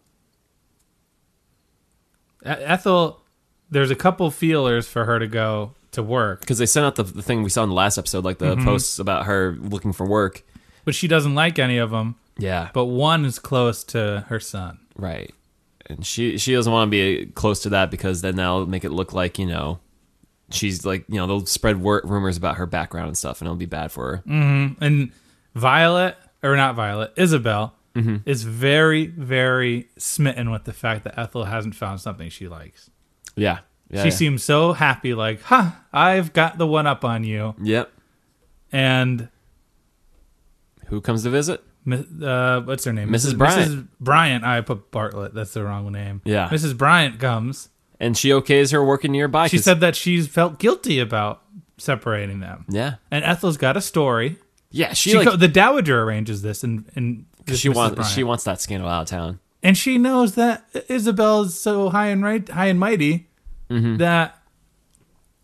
D: Ethel, there's a couple feelers for her to go to work,
B: Because they sent out the, the thing we saw in the last episode, like the posts about her looking for work.
D: but she doesn't like any of them.
B: Yeah.
D: But one is close to her son.
B: Right. And she she doesn't want to be close to that because then that'll make it look like, you know, she's like, you know, they'll spread wor- rumors about her background and stuff and it'll be bad for her.
D: Mm. And Violet, or not Violet, Isabel
B: Mm-hmm.
D: is very, very smitten with the fact that Ethel hasn't found something she likes.
B: Yeah. Yeah.
D: she
B: yeah.
D: seems so happy, like, huh, I've got the one up on you.
B: Yep.
D: And
B: Who comes to visit?
D: Mi- uh, what's her name?
B: Mrs. Bryant.
D: Mrs. Bryant. I put Bartlett. That's the wrong name.
B: Yeah.
D: Mrs. Bryant comes.
B: And she okays her working nearby.
D: She
B: 'cause-
D: said that she's felt guilty about separating them.
B: Yeah.
D: And Ethel's got a story.
B: Yeah, she,
D: She
B: like
D: co- the dowager arranges this, and and this
B: she
D: Mrs.
B: wants
D: Bryant.
B: she wants that scandal out of town.
D: and she knows that Isabel is so high and right, high and mighty
B: Mm-hmm.
D: that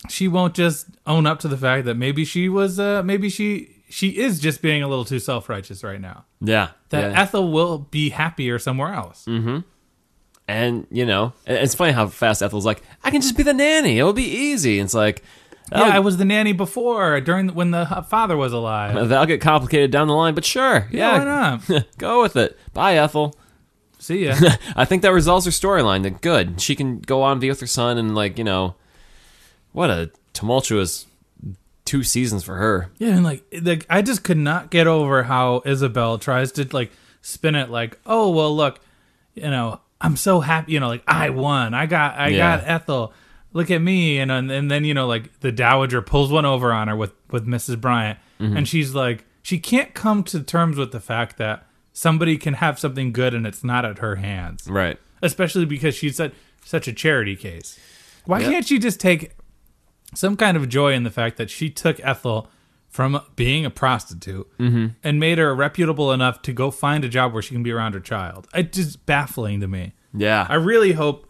D: she won't just own up to the fact that maybe she was, uh, maybe she she is just being a little too self righteous right now.
B: Yeah.
D: That
B: yeah. Mm-hmm.
D: Ethel will be happier somewhere else.
B: and you know, it- it's funny how fast Ethel's like, I can just be the nanny. It'll be easy. And it's like, Oh.
D: Yeah, I was the nanny before during when the h- father
B: *laughs*
D: was alive.
B: that'll get complicated down the line, but sure.
D: Yeah,
B: Yeah. *laughs*
D: why not?
B: Go with it. Bye, Ethel. *laughs*
D: See ya.
B: I think that resolves her storyline. That good. She can go on be with her son and like you know, what a tumultuous two seasons for her.
D: Yeah, and like, like I just could not get over how Isabel tries to like spin it like, oh well, look, you know, I'm so happy, you know, like I won, I got, I
B: Yeah.
D: got Ethel, look at me, and, and and then you know, like the dowager pulls one over on her with with Mrs. Bryant, and she's like, she can't come to terms with the fact that somebody can have something good and it's not at her hands,
B: Right.
D: especially because she's such such a charity case. Why
B: Yeah.
D: can't she just take some kind of joy in the fact that she took Ethel from being a prostitute
B: Mm-hmm.
D: and made her reputable enough to go find a job where she can be around her child? It's just baffling to me.
B: Yeah.
D: I really hope.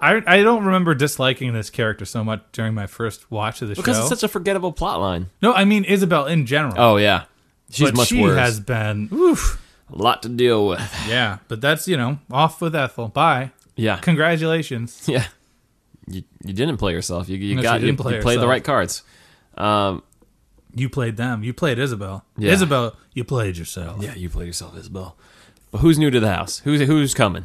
D: I, I don't remember disliking this character so much during my first watch of the
B: because
D: show.
B: it's such a forgettable plot line.
D: no, I mean Isabel in general.
B: Oh yeah. She's
D: but
B: much
D: she
B: worse.
D: has been. Oof.
B: a lot to deal with.
D: Yeah, but that's you know off with Ethel.
B: *laughs*
D: Bye.
B: Yeah.
D: Congratulations.
B: yeah. You, you didn't play yourself. You, you
D: No, she
B: got you,
D: didn't play
B: you played the
D: herself.
B: right cards.
D: You played them. You played Isabel.
B: Yeah.
D: Isabel, you played yourself.
B: Yeah, you played yourself, Isabel. But who's new to the house? Who's who's coming?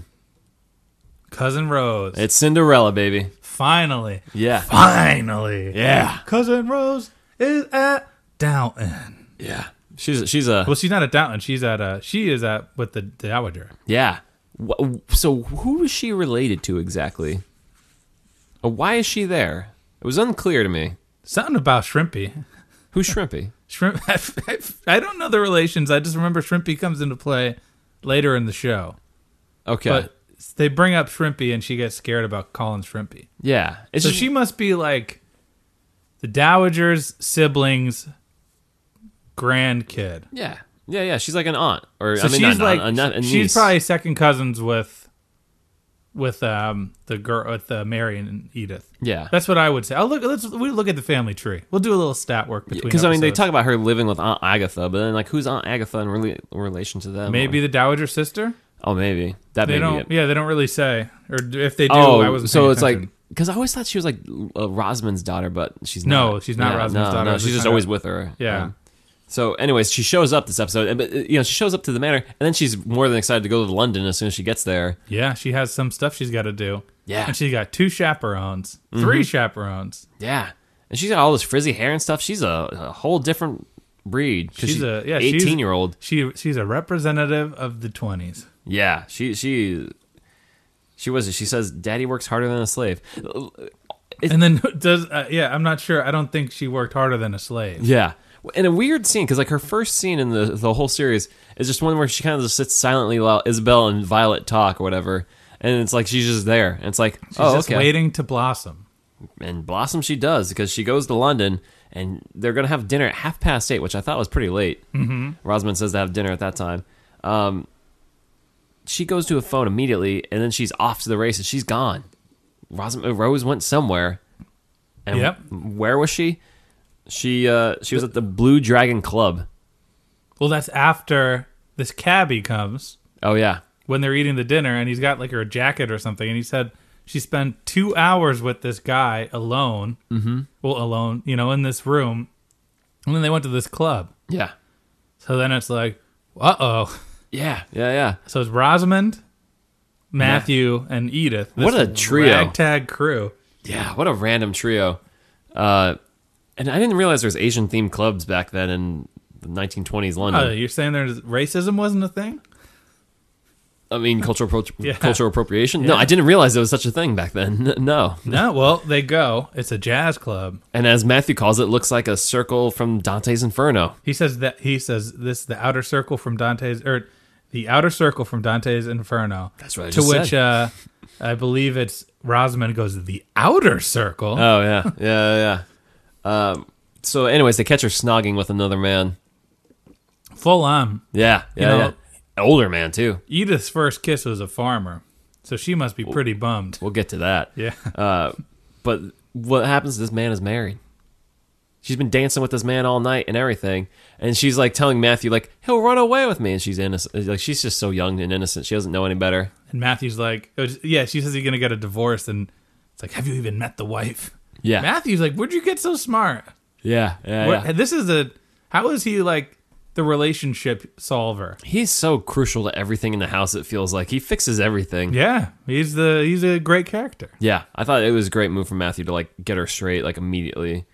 D: Cousin Rose.
B: It's Cinderella, baby.
D: finally.
B: Yeah.
D: Finally.
B: Yeah.
D: Cousin Rose is at Downton.
B: Yeah. She's she's a
D: Well, she's not at Downton. She's at uh she is at with the dowager.
B: Yeah. Wh- So who is she related to exactly? Or why is she there? It was unclear to me.
D: Something about Shrimpy.
B: Who's Shrimpy?
D: Shrimp *laughs* I don't know the relations. I just remember Shrimpy comes into play later in the show.
B: Okay.
D: But they bring up Shrimpy and she gets scared about calling Shrimpy.
B: yeah. It's
D: So
B: just-
D: she must be like the dowager's siblings grandkid.
B: Yeah. Yeah, yeah. She's like an aunt. Or
D: So
B: I mean,
D: she's
B: not
D: like
B: an aunt, a, a
D: she's
B: niece.
D: probably second cousins with with um the girl with uh, Mary and Edith.
B: Yeah.
D: That's what I would say. I'll look let's we look at the family tree. We'll do a little stat work between
B: because I mean they
D: episodes.
B: talk about her living with Aunt Agatha, but then like who's Aunt Agatha in really relation to them?
D: maybe the dowager sister?
B: oh maybe that
D: They
B: may
D: don't
B: be it.
D: yeah, they don't really say or d- if they do
B: oh,
D: I was
B: so it's like because I always thought she was like uh, Rosamund's daughter, but she's
D: No,
B: not.
D: she's not
B: Yeah,
D: Rosamund's
B: no,
D: daughter,
B: No,
D: as
B: she's
D: we
B: just
D: found
B: always
D: out.
B: with her.
D: Yeah.
B: Um, so, anyways, she shows up this episode, and but uh, you know she shows up to the manor, and then she's more than excited to go to London as soon as she gets there.
D: Yeah, she has some stuff she's got to do.
B: Yeah. Mm-hmm.
D: And she's got two chaperones, three chaperones.
B: Yeah, and she's got all this frizzy hair and stuff. She's a, a whole different breed. 'cause
D: She's a yeah, she's-
B: eighteen year old.
D: She she's a representative of the 20s.
B: Yeah, she she she was. She says, "Daddy works harder than a slave."
D: And then *laughs* does uh, yeah, I'm not sure. I don't think she worked harder than a slave.
B: Yeah. And a weird scene because like her first scene in the the whole series is just one where she kind of just sits silently while Isabel and Violet talk or whatever, and it's like she's just there. And it's like
D: She's
B: oh
D: just
B: okay.
D: waiting to blossom.
B: And Blossom she does because she goes to London and they're going to have dinner at half past eight, which I thought was pretty late. Mm-hmm. Rosamund says they have dinner at that time. Um, she goes to a phone immediately, and then she's off to the races. She's gone. Rosamund Rose went somewhere. And
D: Yep.
B: where was she? She uh, she was at the Blue Dragon Club.
D: Well, that's after this cabbie comes
B: Oh yeah,
D: when they're eating the dinner, and he's got like her jacket or something, and he said she spent two hours with this guy alone. Mm-hmm. Well, alone, you know, in this room, and then they went to this club.
B: yeah,
D: So then it's like, uh oh.
B: yeah, yeah, yeah.
D: So it's Rosamond, Matthew, and Edith. This
B: What a trio.
D: Ragtag crew.
B: Yeah, what a random trio. Uh, and I didn't realize there was Asian themed clubs back then in the 1920s London.
D: Oh, you're saying there's racism wasn't a thing?
B: I mean, cultural appro-
D: *laughs* Yeah.
B: cultural appropriation. No, I didn't realize there was such a thing back then. *laughs* N- *laughs* No.
D: No. Well, they go. It's a jazz club.
B: And as Matthew calls it, looks like a circle from Dante's Inferno.
D: He says that he says this the outer circle from Dante's or the outer circle from Dante's Inferno.
B: That's what I
D: To
B: just
D: which
B: said.
D: uh I believe it's Rosamond goes the outer circle.
B: Oh *laughs* yeah, yeah, yeah. Um, so, anyways, they catch her snogging with another man.
D: Full on.
B: Yeah, yeah,
D: know-
B: yeah. older man too.
D: Edith's first kiss was a farmer. So she must be pretty bummed.
B: We'll get to that.
D: Yeah.
B: Uh, but what happens? is This man is married. She's been dancing with this man all night and everything, and she's like telling Matthew like he'll run away with me, and she's innocent. Like she's just so young and innocent. She doesn't know any better.
D: And Matthew's like, it was- yeah, she says he's going to get a divorce. And it's like, have you even met the wife?
B: Yeah.
D: Matthew's like, where'd you get so smart?
B: Yeah, yeah,
D: What-
B: yeah.
D: This is a, how is he like the relationship solver?
B: He's so crucial to everything in the house. It feels like he fixes everything.
D: Yeah. He's the, he's a great character.
B: Yeah, I thought it was a great move from Matthew to like get her straight like immediately.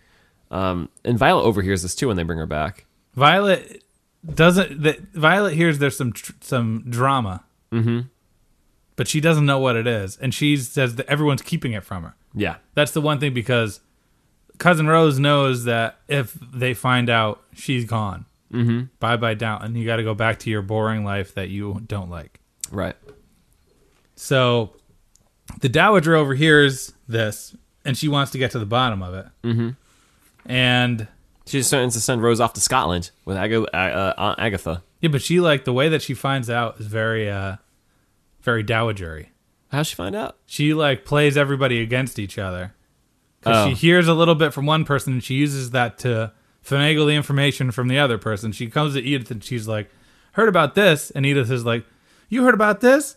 B: Um, and Violet overhears this too when they bring her back.
D: Violet doesn't, the, Violet hears there's some, tr- some drama. Mm-hmm. But she doesn't know what it is. And she says that everyone's keeping it from her.
B: Yeah,
D: That's the one thing because cousin Rose knows that if they find out, she's gone. Mm-hmm. Bye bye Downton. You got to go back to your boring life that you don't like.
B: right.
D: So the dowager overhears this, and she wants to get to the bottom of it. Mm-hmm. And
B: She starts to send Rose off to Scotland with Ag- uh, Aunt Agatha.
D: yeah, but she like the way that she finds out is very, uh very dowagery.
B: How'd she find out?
D: She like plays everybody against each other because
B: Oh.
D: she hears a little bit from one person and she uses that to finagle the information from the other person. She comes to Edith and she's like, "Heard about this," and Edith is like, "You heard about this?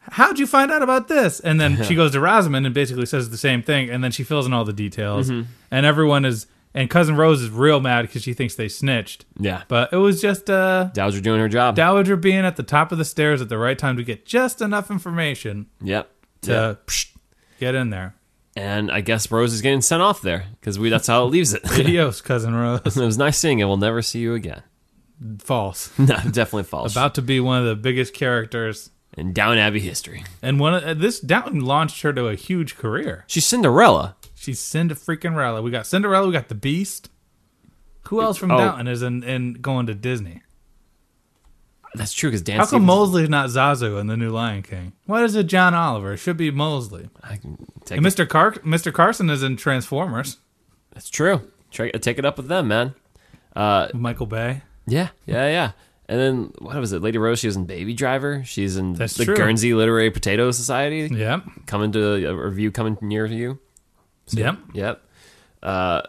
D: How'd you find out about this?" And then she goes to Rosamond and basically says the same thing, and then she fills in all the details, and everyone is and cousin Rose is real mad because she thinks they snitched.
B: Yeah.
D: But it was just uh,
B: Dowager doing her job.
D: dowager being at the top of the stairs at the right time to get just enough information
B: yep.
D: to
B: Yep.
D: psh, get in there.
B: *laughs* And I guess Rose is getting sent off there because we that's how it leaves it. *laughs* it
D: Adios, cousin Rose. *laughs*
B: was nice seeing you. We'll never see you again. *laughs*
D: False.
B: No, definitely false.
D: About to be one of the biggest characters,
B: in Down Abbey history.
D: and one of uh, this Downton launched her to a huge career.
B: She's Cinderella.
D: She's Cinda freaking Rella. We got Cinderella. We got the Beast. Who else from
B: Oh.
D: Downton is in, in going to Disney?
B: That's true because Dan
D: How come
B: Stevens-
D: Mosley's not Zazu in the new Lion King? Why is it John Oliver? It should be Mosley.
B: I can take
D: And
B: it.
D: Mr. Car- Mr. Carson is in Transformers.
B: That's true. Try, uh, take it up with them, man. Uh,
D: Michael Bay.
B: yeah, yeah, yeah. And then what was it? Lady Rose. She was in Baby Driver. She's in
D: That's
B: the
D: true.
B: Guernsey Literary Potato Society.
D: Yep.
B: Coming to uh, a review coming near you.
D: Yep.
B: Yep. Uh,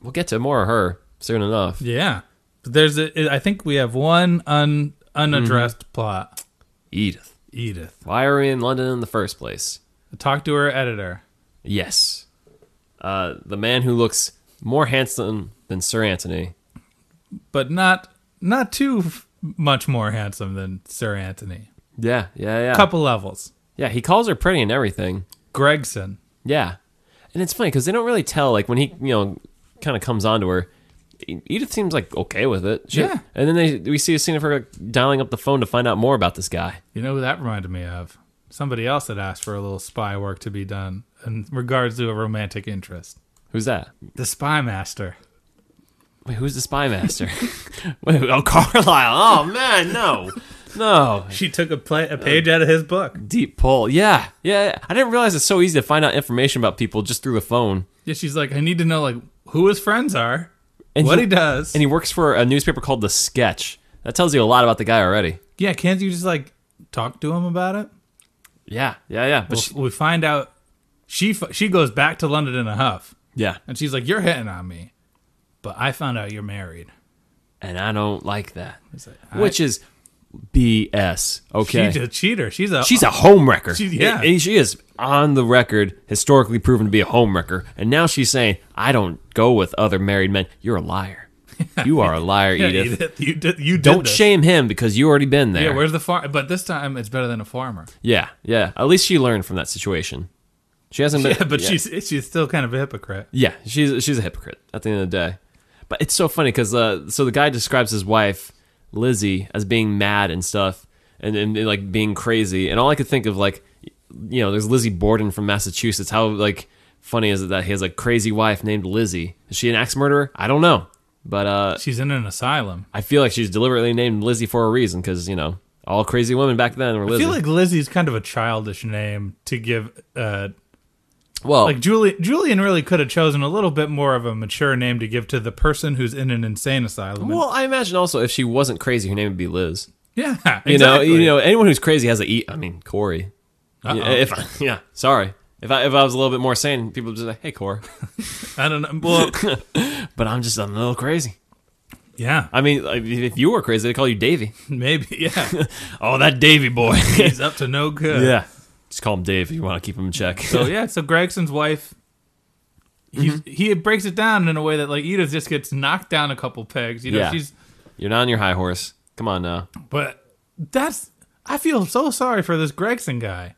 B: we'll get to more of her soon enough.
D: Yeah. But there's a, I think we have one un, unaddressed
B: Mm-hmm.
D: plot.
B: Edith.
D: Edith.
B: Why are we in London in the first place?
D: Talk to her editor.
B: Yes. Uh, the man who looks more handsome than Sir Anthony.
D: but not not too f- much more handsome than Sir Anthony.
B: Yeah, yeah, yeah.
D: Couple levels.
B: Yeah, he calls her pretty and everything.
D: Gregson.
B: Yeah. And it's funny because they don't really tell, like, when he, you know, kind of comes onto her. E- Edith seems like okay with it. She-
D: Yeah.
B: And then they, we see a scene of her like, dialing up the phone to find out more about this guy.
D: You know who that reminded me of? Somebody else had asked for a little spy work to be done in regards to a romantic interest.
B: Who's that?
D: The spy master.
B: Wait, who's the spy *laughs* master? Wait, oh, Carlisle. Oh, man, no. No.
D: She took a, play, a page out of his book.
B: Deep pull. Yeah. Yeah. I didn't realize it's so easy to find out information about people just through the phone.
D: Yeah, she's like, I need to know like who his friends are,
B: And
D: what
B: he-
D: he, does.
B: And he works for a newspaper called The Sketch. That tells you a lot about the guy already.
D: yeah, can't you just like talk to him about it?
B: Yeah, yeah, yeah. But
D: Well,
B: she-
D: we find out she f- she goes back to London in a huff,
B: yeah,
D: and she's like, "You're hitting on me," but I found out you're married.
B: and I don't like that.
D: It's like,
B: Which is BS. Okay,
D: She's a cheater. She's a
B: she's a homewrecker.
D: She- yeah.
B: I- she is on the record, historically proven to be a homewrecker, and now she's saying, "I don't go with other married men." You're a
D: *laughs*
B: liar. You are a liar,
D: Yeah,
B: Edith.
D: *laughs* You did. You did
B: Don't
D: this.
B: shame him because you already been there.
D: Yeah, where's the farm? But this time it's better than a farmer. *laughs*
B: yeah, yeah. At least she learned from that situation. She hasn't been.
D: Yeah, but
B: yeah.
D: she's she's still kind of a hypocrite.
B: Yeah, she's she's a hypocrite at the end of the day. But it's so funny because uh, so the guy describes his wife Lizzie as being mad and stuff, and, and, and, like being crazy. And all I could think of like, you know, there's Lizzie Borden from Massachusetts. How like funny is it that he has a crazy wife named Lizzie? Is she an axe murderer? I don't know, but uh,
D: She's in an asylum.
B: I feel like she's deliberately named Lizzie for a reason because you know all crazy women back then were
D: I
B: Lizzie.
D: feel like Lizzie's kind of a childish name to give. Uh,
B: well,
D: like Julie, Julian really could have chosen a little bit more of a mature name to give to the person who's in an insane asylum. And-
B: well, I imagine also if she wasn't crazy, her name would be Liz.
D: yeah,
B: You know,
D: exactly.
B: you know, anyone who's crazy has a e. I mean, Corey. Yeah, if I, *laughs* yeah, sorry. If I if I was a little bit more sane, people would just like, "Hey, Corey,"
D: I don't know. Well,
B: *laughs* but I'm just I'm a little crazy.
D: yeah,
B: I mean, like, if you were crazy, they'd call you Davy.
D: maybe. Yeah,
B: *laughs* Oh, that Davy boy.
D: he's up to no good.
B: *laughs* yeah, just call him Dave if you want to keep him in check.
D: So yeah, Mm-hmm. so Gregson's wife, he's, he breaks it down in a way that like Edith just gets knocked down a couple pegs. You know,
B: Yeah.
D: she's
B: You're not on your high horse. Come on now.
D: but that's I feel so sorry for this Gregson guy.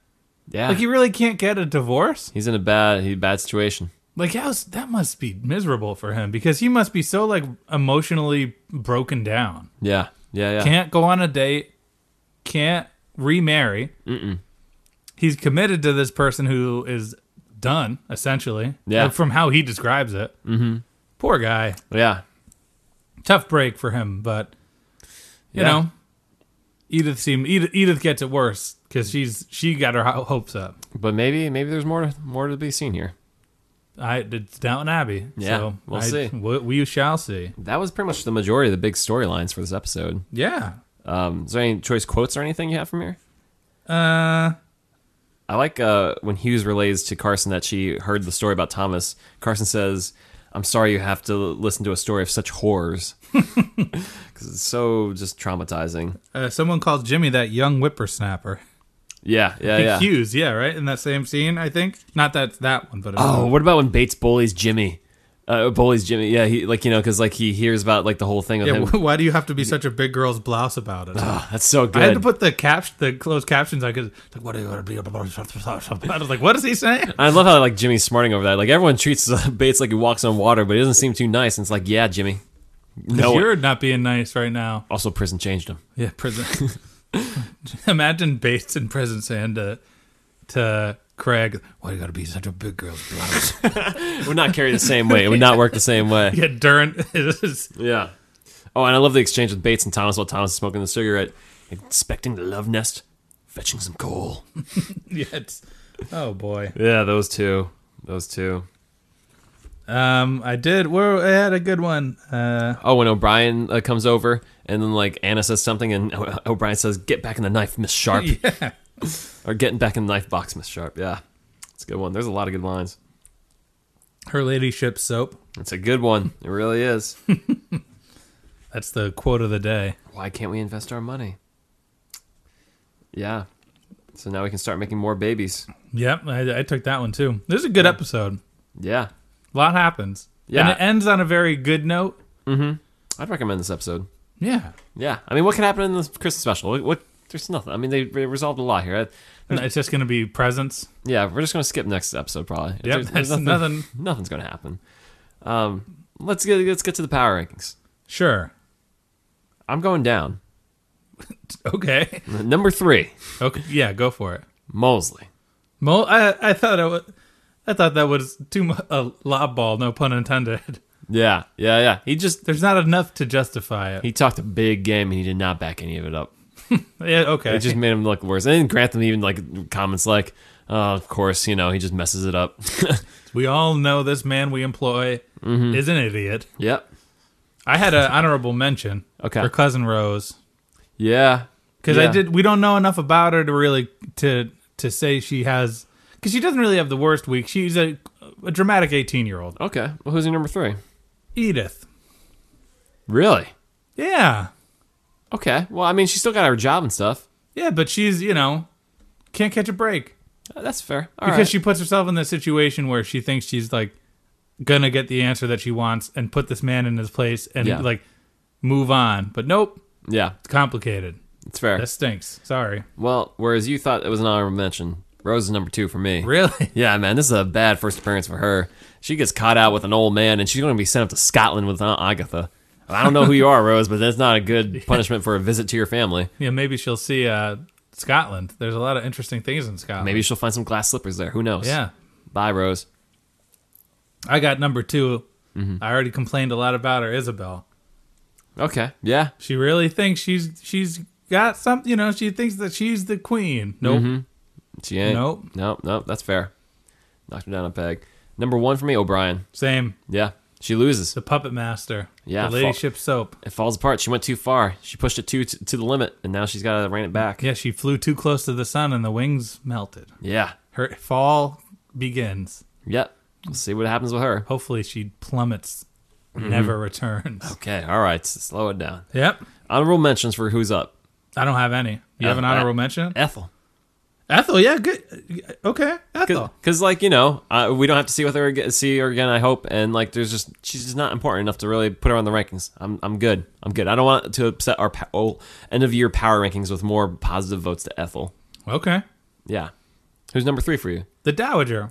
B: Yeah,
D: Like he really can't get a divorce.
B: he's in a bad he bad situation.
D: Like how's that must be miserable for him because he must be so like emotionally broken down.
B: Yeah, yeah, yeah.
D: Can't go on a date. Can't remarry. Mm-mm. He's committed to this person who is done essentially.
B: Yeah.
D: like, from how he describes it. Mm-hmm. Poor guy.
B: yeah,
D: tough break for him, but you
B: Yeah.
D: know, Edith seem Edith, Edith gets it worse because she's she got her ho- hopes up.
B: but maybe maybe there's more more to be seen here.
D: I it's Downton Abbey.
B: Yeah,
D: so
B: we'll
D: I-
B: see.
D: We, we shall see.
B: That was pretty much the majority of the big storylines for this episode.
D: Yeah.
B: Um, is there any choice quotes or anything you have from here?
D: Uh,
B: I like uh, when Hughes relays to Carson that she heard the story about Thomas. Carson says, "I'm sorry you have to listen to a story of such
D: *laughs*
B: horrors," because it's so just traumatizing.
D: uh, someone calls Jimmy that young whippersnapper.
B: Yeah, yeah, Oh, yeah.
D: Hughes, yeah, right in that same scene. I think not that that one, but
B: Oh, what about when Bates bullies Jimmy? Uh, bullies Jimmy. Yeah, he like you know because like he hears about like the whole thing with
D: Yeah,
B: him. Ah,
D: wh- why do you have to be such a big girl's blouse about it?
B: That's so
D: I had to
B: Oh, good.
D: put the cap, the closed captions on because like, what are you gonna be? I was like, what is he saying?
B: I love how like Jimmy's smarting over that. Like everyone treats uh, *laughs* Bates like he walks on water, but he doesn't seem too nice. And it's like, yeah, Jimmy. No.
D: *laughs* You're not being nice right now.
B: Also, prison changed him.
D: Yeah, prison. *laughs* Imagine Bates in prison saying to, to Craig, "Why you gotta be such a big girl's blouse?"
B: It would not carry the same way. It would not work the same way.
D: *laughs* yeah, Durin is
B: Yeah. Oh, and I love the exchange with Bates and Thomas while Thomas is smoking the cigarette, inspecting the love nest, fetching some coal.
D: yeah, it's, oh boy.
B: Yeah, those two. Those two.
D: Um, I did. Well, I had a good one. Uh,
B: Oh, when O'Brien uh, comes over and then like Anna says something and o- *laughs* O'Brien says, "Get back in the knife, Miss Sharp,"
D: yeah,
B: or "Getting back in the knife box, Miss Sharp." Yeah, it's a good one. There's a lot of good lines.
D: her ladyship soap.
B: It's a good one. It really *laughs* is.
D: That's the quote of the day.
B: Why can't we invest our money? Yeah. So now we can start making more babies.
D: Yep, I, I took that one too. This is a good episode.
B: Yeah,
D: A lot happens.
B: Yeah.
D: and it ends on a very good note.
B: I'd recommend this episode.
D: Yeah,
B: Yeah, I mean, what could happen in the Christmas special? What, what there's nothing. I mean, they, they resolved a lot here. I-
D: it's just gonna be presents.
B: yeah, we're just gonna skip next episode probably. If
D: Yep, that's nothing.
B: *laughs* Nothing's gonna happen. Um, let's get let's get to the power rankings.
D: Sure.
B: I'm going down.
D: Okay.
B: Number three,
D: Okay. Yeah, go for it.
B: Mosley.
D: Mo, I, I thought I was, I thought that was too mu- a lob ball, no pun intended. *laughs*
B: Yeah, yeah, yeah. He just
D: There's not enough to justify it.
B: he talked a big game and he did not back any of it up.
D: yeah, okay. *laughs*
B: It just made him look worse. And then Grantham even like comments like, Uh, of course, you know, he just messes it up. *laughs*
D: We all know this man we employ
B: Mm-hmm.
D: is an idiot.
B: yep.
D: I had an honorable mention
B: Okay.
D: for cousin Rose
B: Yeah.
D: because I
B: Yeah.
D: did. We don't know enough about her to really to to say she has because she doesn't really have the worst week. She's a, a dramatic eighteen year old.
B: Okay. Well, who's your number three?
D: Edith.
B: Really?
D: Yeah,
B: Okay. Well, I mean, she still got her job and stuff.
D: yeah, but she's you know can't catch a break
B: Uh, That's fair. All
D: because
B: right.
D: she puts herself in this situation where she thinks she's like gonna get the answer that she wants and put this man in his place and
B: Yeah.
D: like move on. But nope,
B: yeah,
D: it's complicated.
B: it's fair.
D: That stinks. Sorry. *laughs*
B: Well, whereas you thought it was an honorable mention, Rose is number two for me.
D: Really?
B: Yeah, man, this is a bad first appearance for her. She gets caught out with an old man, and she's going to be sent up to Scotland with Aunt Agatha. I don't know who you
D: *laughs*
B: are, Rose, but that's not a good punishment for a visit to your family.
D: Yeah, maybe she'll see uh, Scotland. There's a lot of interesting things in Scotland.
B: Maybe she'll find some glass slippers there. Who knows?
D: Yeah.
B: Bye, Rose.
D: I got number 2
B: Mm-hmm.
D: I already complained a lot about her, Isabel.
B: Okay. Yeah.
D: She really thinks she's she's got something. You know, she thinks that she's the queen. Nope.
B: Mm-hmm. She ain't.
D: Nope.
B: Nope. Nope. That's fair. Knocked her down a peg. Number one for me, O'Brien.
D: Same.
B: Yeah. She loses.
D: The puppet master.
B: Yeah,
D: The
B: fuck.
D: ladyship soap.
B: It falls apart. She went too far. She pushed it too to the limit, and now she's got to rein it back.
D: Yeah, she flew too close to the sun and the wings melted.
B: Yeah.
D: Her fall begins.
B: Yep. We'll see what happens with her.
D: Hopefully, she plummets,
B: Mm-hmm. *laughs*
D: never returns.
B: Okay. All right. s- Slow it down.
D: Yep.
B: Honorable mentions for who's up.
D: I don't have any. You have an
B: Uh,
D: honorable mention?
B: Ethel.
D: Ethel, yeah, good. Okay, Ethel.
B: Because like you know, uh, we don't have to see with her ag- see her again. I hope, and like there's just she's just not important enough to really put her on the rankings. I'm I'm good. I'm good. I don't want to upset our pa- oh, end of year power rankings with more positive votes to Ethel.
D: Okay.
B: Yeah. Who's number three for you?
D: The dowager.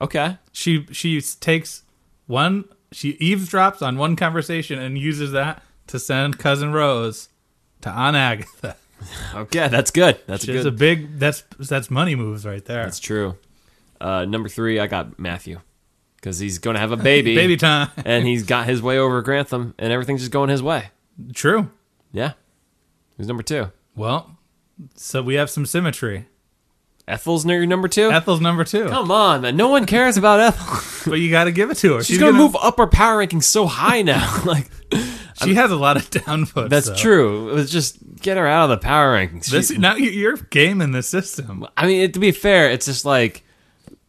B: Okay.
D: She she takes one. She eavesdrops on one conversation and uses that to send cousin Rose to Aunt Agatha.
B: Okay, that's good. That's
D: She's
B: good.
D: a big. That's that's money moves right there.
B: that's true. Uh, number three, I got Matthew because he's going to
D: *laughs*
B: have a baby.
D: Baby time.
B: and he's got his way over Grantham, and everything's just going his way.
D: True.
B: Yeah. Who's number two?
D: Well, so we have
B: *laughs*
D: some symmetry.
B: Ethel's near number two.
D: Ethel's number two,
B: Come on, man. No one cares about Ethel. *laughs*
D: but you got to give it to her.
B: She's, gonna, move up our power rankings so high now. *laughs*
D: *laughs*
B: like
D: She has a lot of downvotes.
B: that's
D: though.
B: true. It was just get her out of the power rankings. She-
D: This now you- you're gaming the system.
B: I mean, it, to be fair, it's just like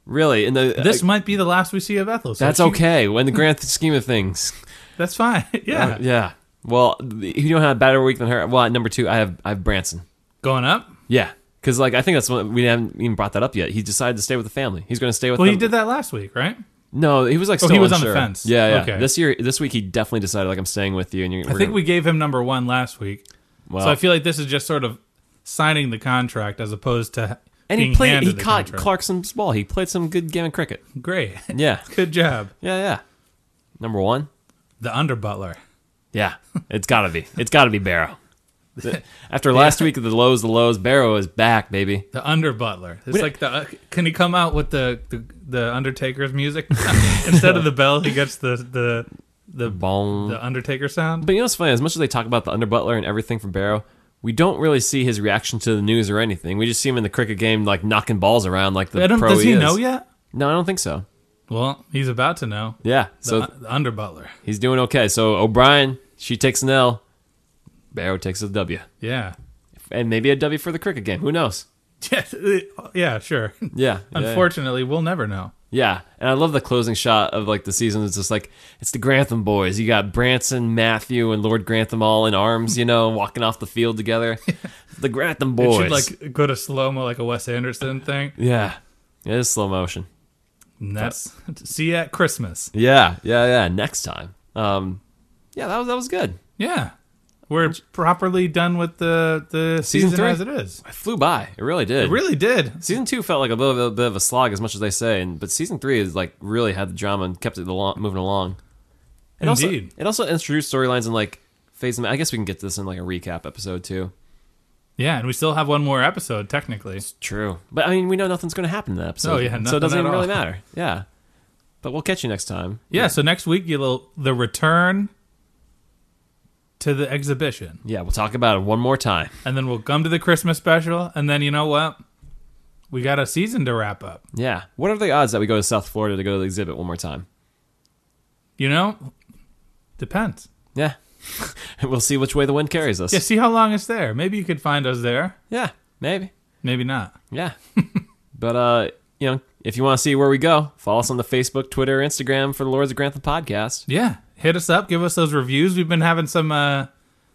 B: really in the
D: This
B: uh,
D: might be the last we see of Ethel. so
B: that's
D: she-
B: okay. When the grand scheme of things,
D: That's fine. *laughs* yeah.
B: Uh, yeah. Well, the- you don't have a better week than her. Well, at number two, I have I have Branson.
D: Going up.
B: Yeah, because like I think that's what we haven't even brought that up yet. He decided to stay with the family. He's going to stay with.
D: Well,
B: them.
D: he did that last week, right?
B: No, he was like.
D: Oh,
B: still
D: he was on the
B: unsure.
D: fence.
B: Yeah, yeah.
D: Okay.
B: This year, this week, he definitely decided like I'm staying with you, and you're.
D: I think we gave him number one last week.
B: Well,
D: So I feel like this is just sort of signing the contract as opposed to
B: and
D: being
B: he played.
D: handed
B: He
D: the
B: caught
D: contract.
B: Clarkson's ball. He played some good game of cricket.
D: Great.
B: Yeah,
D: *laughs* Good job.
B: yeah, yeah. Number one.
D: The under butler.
B: Yeah, it's gotta be. It's gotta be Barrow. The- *laughs* After last week of the lows, the lows. Barrow is back, baby.
D: The under butler. It's
B: We-
D: like the. uh, Can he come out with the the, the
B: *laughs*
D: Undertaker's music instead of the bell? He gets the the the
B: Boom.
D: the Undertaker sound.
B: But you know what's funny? As much as they talk about the under butler and everything from Barrow, we don't really see his reaction to the news or anything. We just see him in the cricket game, like knocking balls around, like the
D: I don't,
B: pro
D: does he
B: is.
D: know yet?
B: No, I don't think so.
D: Well, he's about to know.
B: Yeah, so
D: The, the under butler.
B: he's doing okay. So O'Brien, she takes an L. Barrow takes a W,
D: Yeah. *laughs*
B: and maybe a W for the cricket game. Who knows?
D: Yeah. uh, Yeah. Sure.
B: *laughs* Yeah. yeah, yeah.
D: Unfortunately, we'll never know.
B: Yeah, and I love the closing shot of like the season. It's just like it's the Grantham boys. You got Branson, Matthew, and Lord Grantham all in arms, you know, walking off the field
D: *laughs*
B: together. the Grantham boys.
D: It should like go to slow mo like a Wes Anderson thing.
B: yeah, it is slow motion.
D: And that's see you at Christmas.
B: Yeah, yeah, yeah. Next time. Um, yeah, that was that was good.
D: Yeah, we're properly done with the the
B: Season
D: season,
B: three.
D: as it is.
B: It flew by. It really did.
D: It really did.
B: Season two felt like a little, bit- bit of a slog, as much as they say, and but season three is like really had the drama and kept it along, moving along. It
D: Indeed.
B: Also, it also introduced storylines and like phase. I guess we can get to this in like a recap episode too.
D: Yeah, and we still have one more episode technically.
B: True. But I mean, we know nothing's going to happen in that episode.
D: Oh, yeah,
B: So it
D: nothing
B: doesn't
D: at
B: even really
D: all. *laughs*
B: matter. Yeah. But we'll catch you next time.
D: Yeah, so next week you'll the return to the exhibition,
B: Yeah, we'll talk about it one more time.
D: and then we'll come to the Christmas special, and then you know what? we got a season to wrap up.
B: Yeah. What are the odds that we go to South Florida to go to the exhibit one more time?
D: You know, depends.
B: Yeah. *laughs* we'll see which way the wind carries us.
D: Yeah, see how long it's there. Maybe you could find us there.
B: Yeah. Maybe.
D: Maybe not. *laughs*
B: Yeah. but uh, you know, if you want to see where we go, follow us on the Facebook, Twitter, Instagram for the Lords of Grantham podcast.
D: Yeah, hit us up. Give us those reviews. We've been having some uh,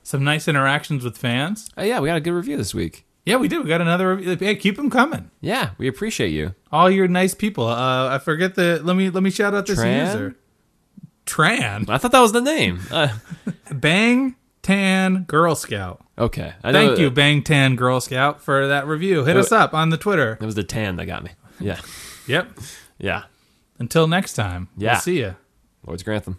D: some nice interactions with fans.
B: Oh yeah, we got a good review this week.
D: Yeah, we did. We got another review. Hey, keep them coming.
B: Yeah, we appreciate you.
D: All your nice people. Uh, I forget the. Let me let me shout out this
B: Tran?
D: user. Tran
B: I thought that was the name. Uh,
D: Bang Tan Girl Scout.
B: okay. I know
D: Thank you, Bang Tan Girl Scout, for that review. Hit us up on the
B: *laughs*
D: Twitter.
B: It was the tan that got me. Yeah.
D: Yep.
B: Yeah.
D: Until next time.
B: Yeah.
D: We'll see you.
B: Lords of Grantham.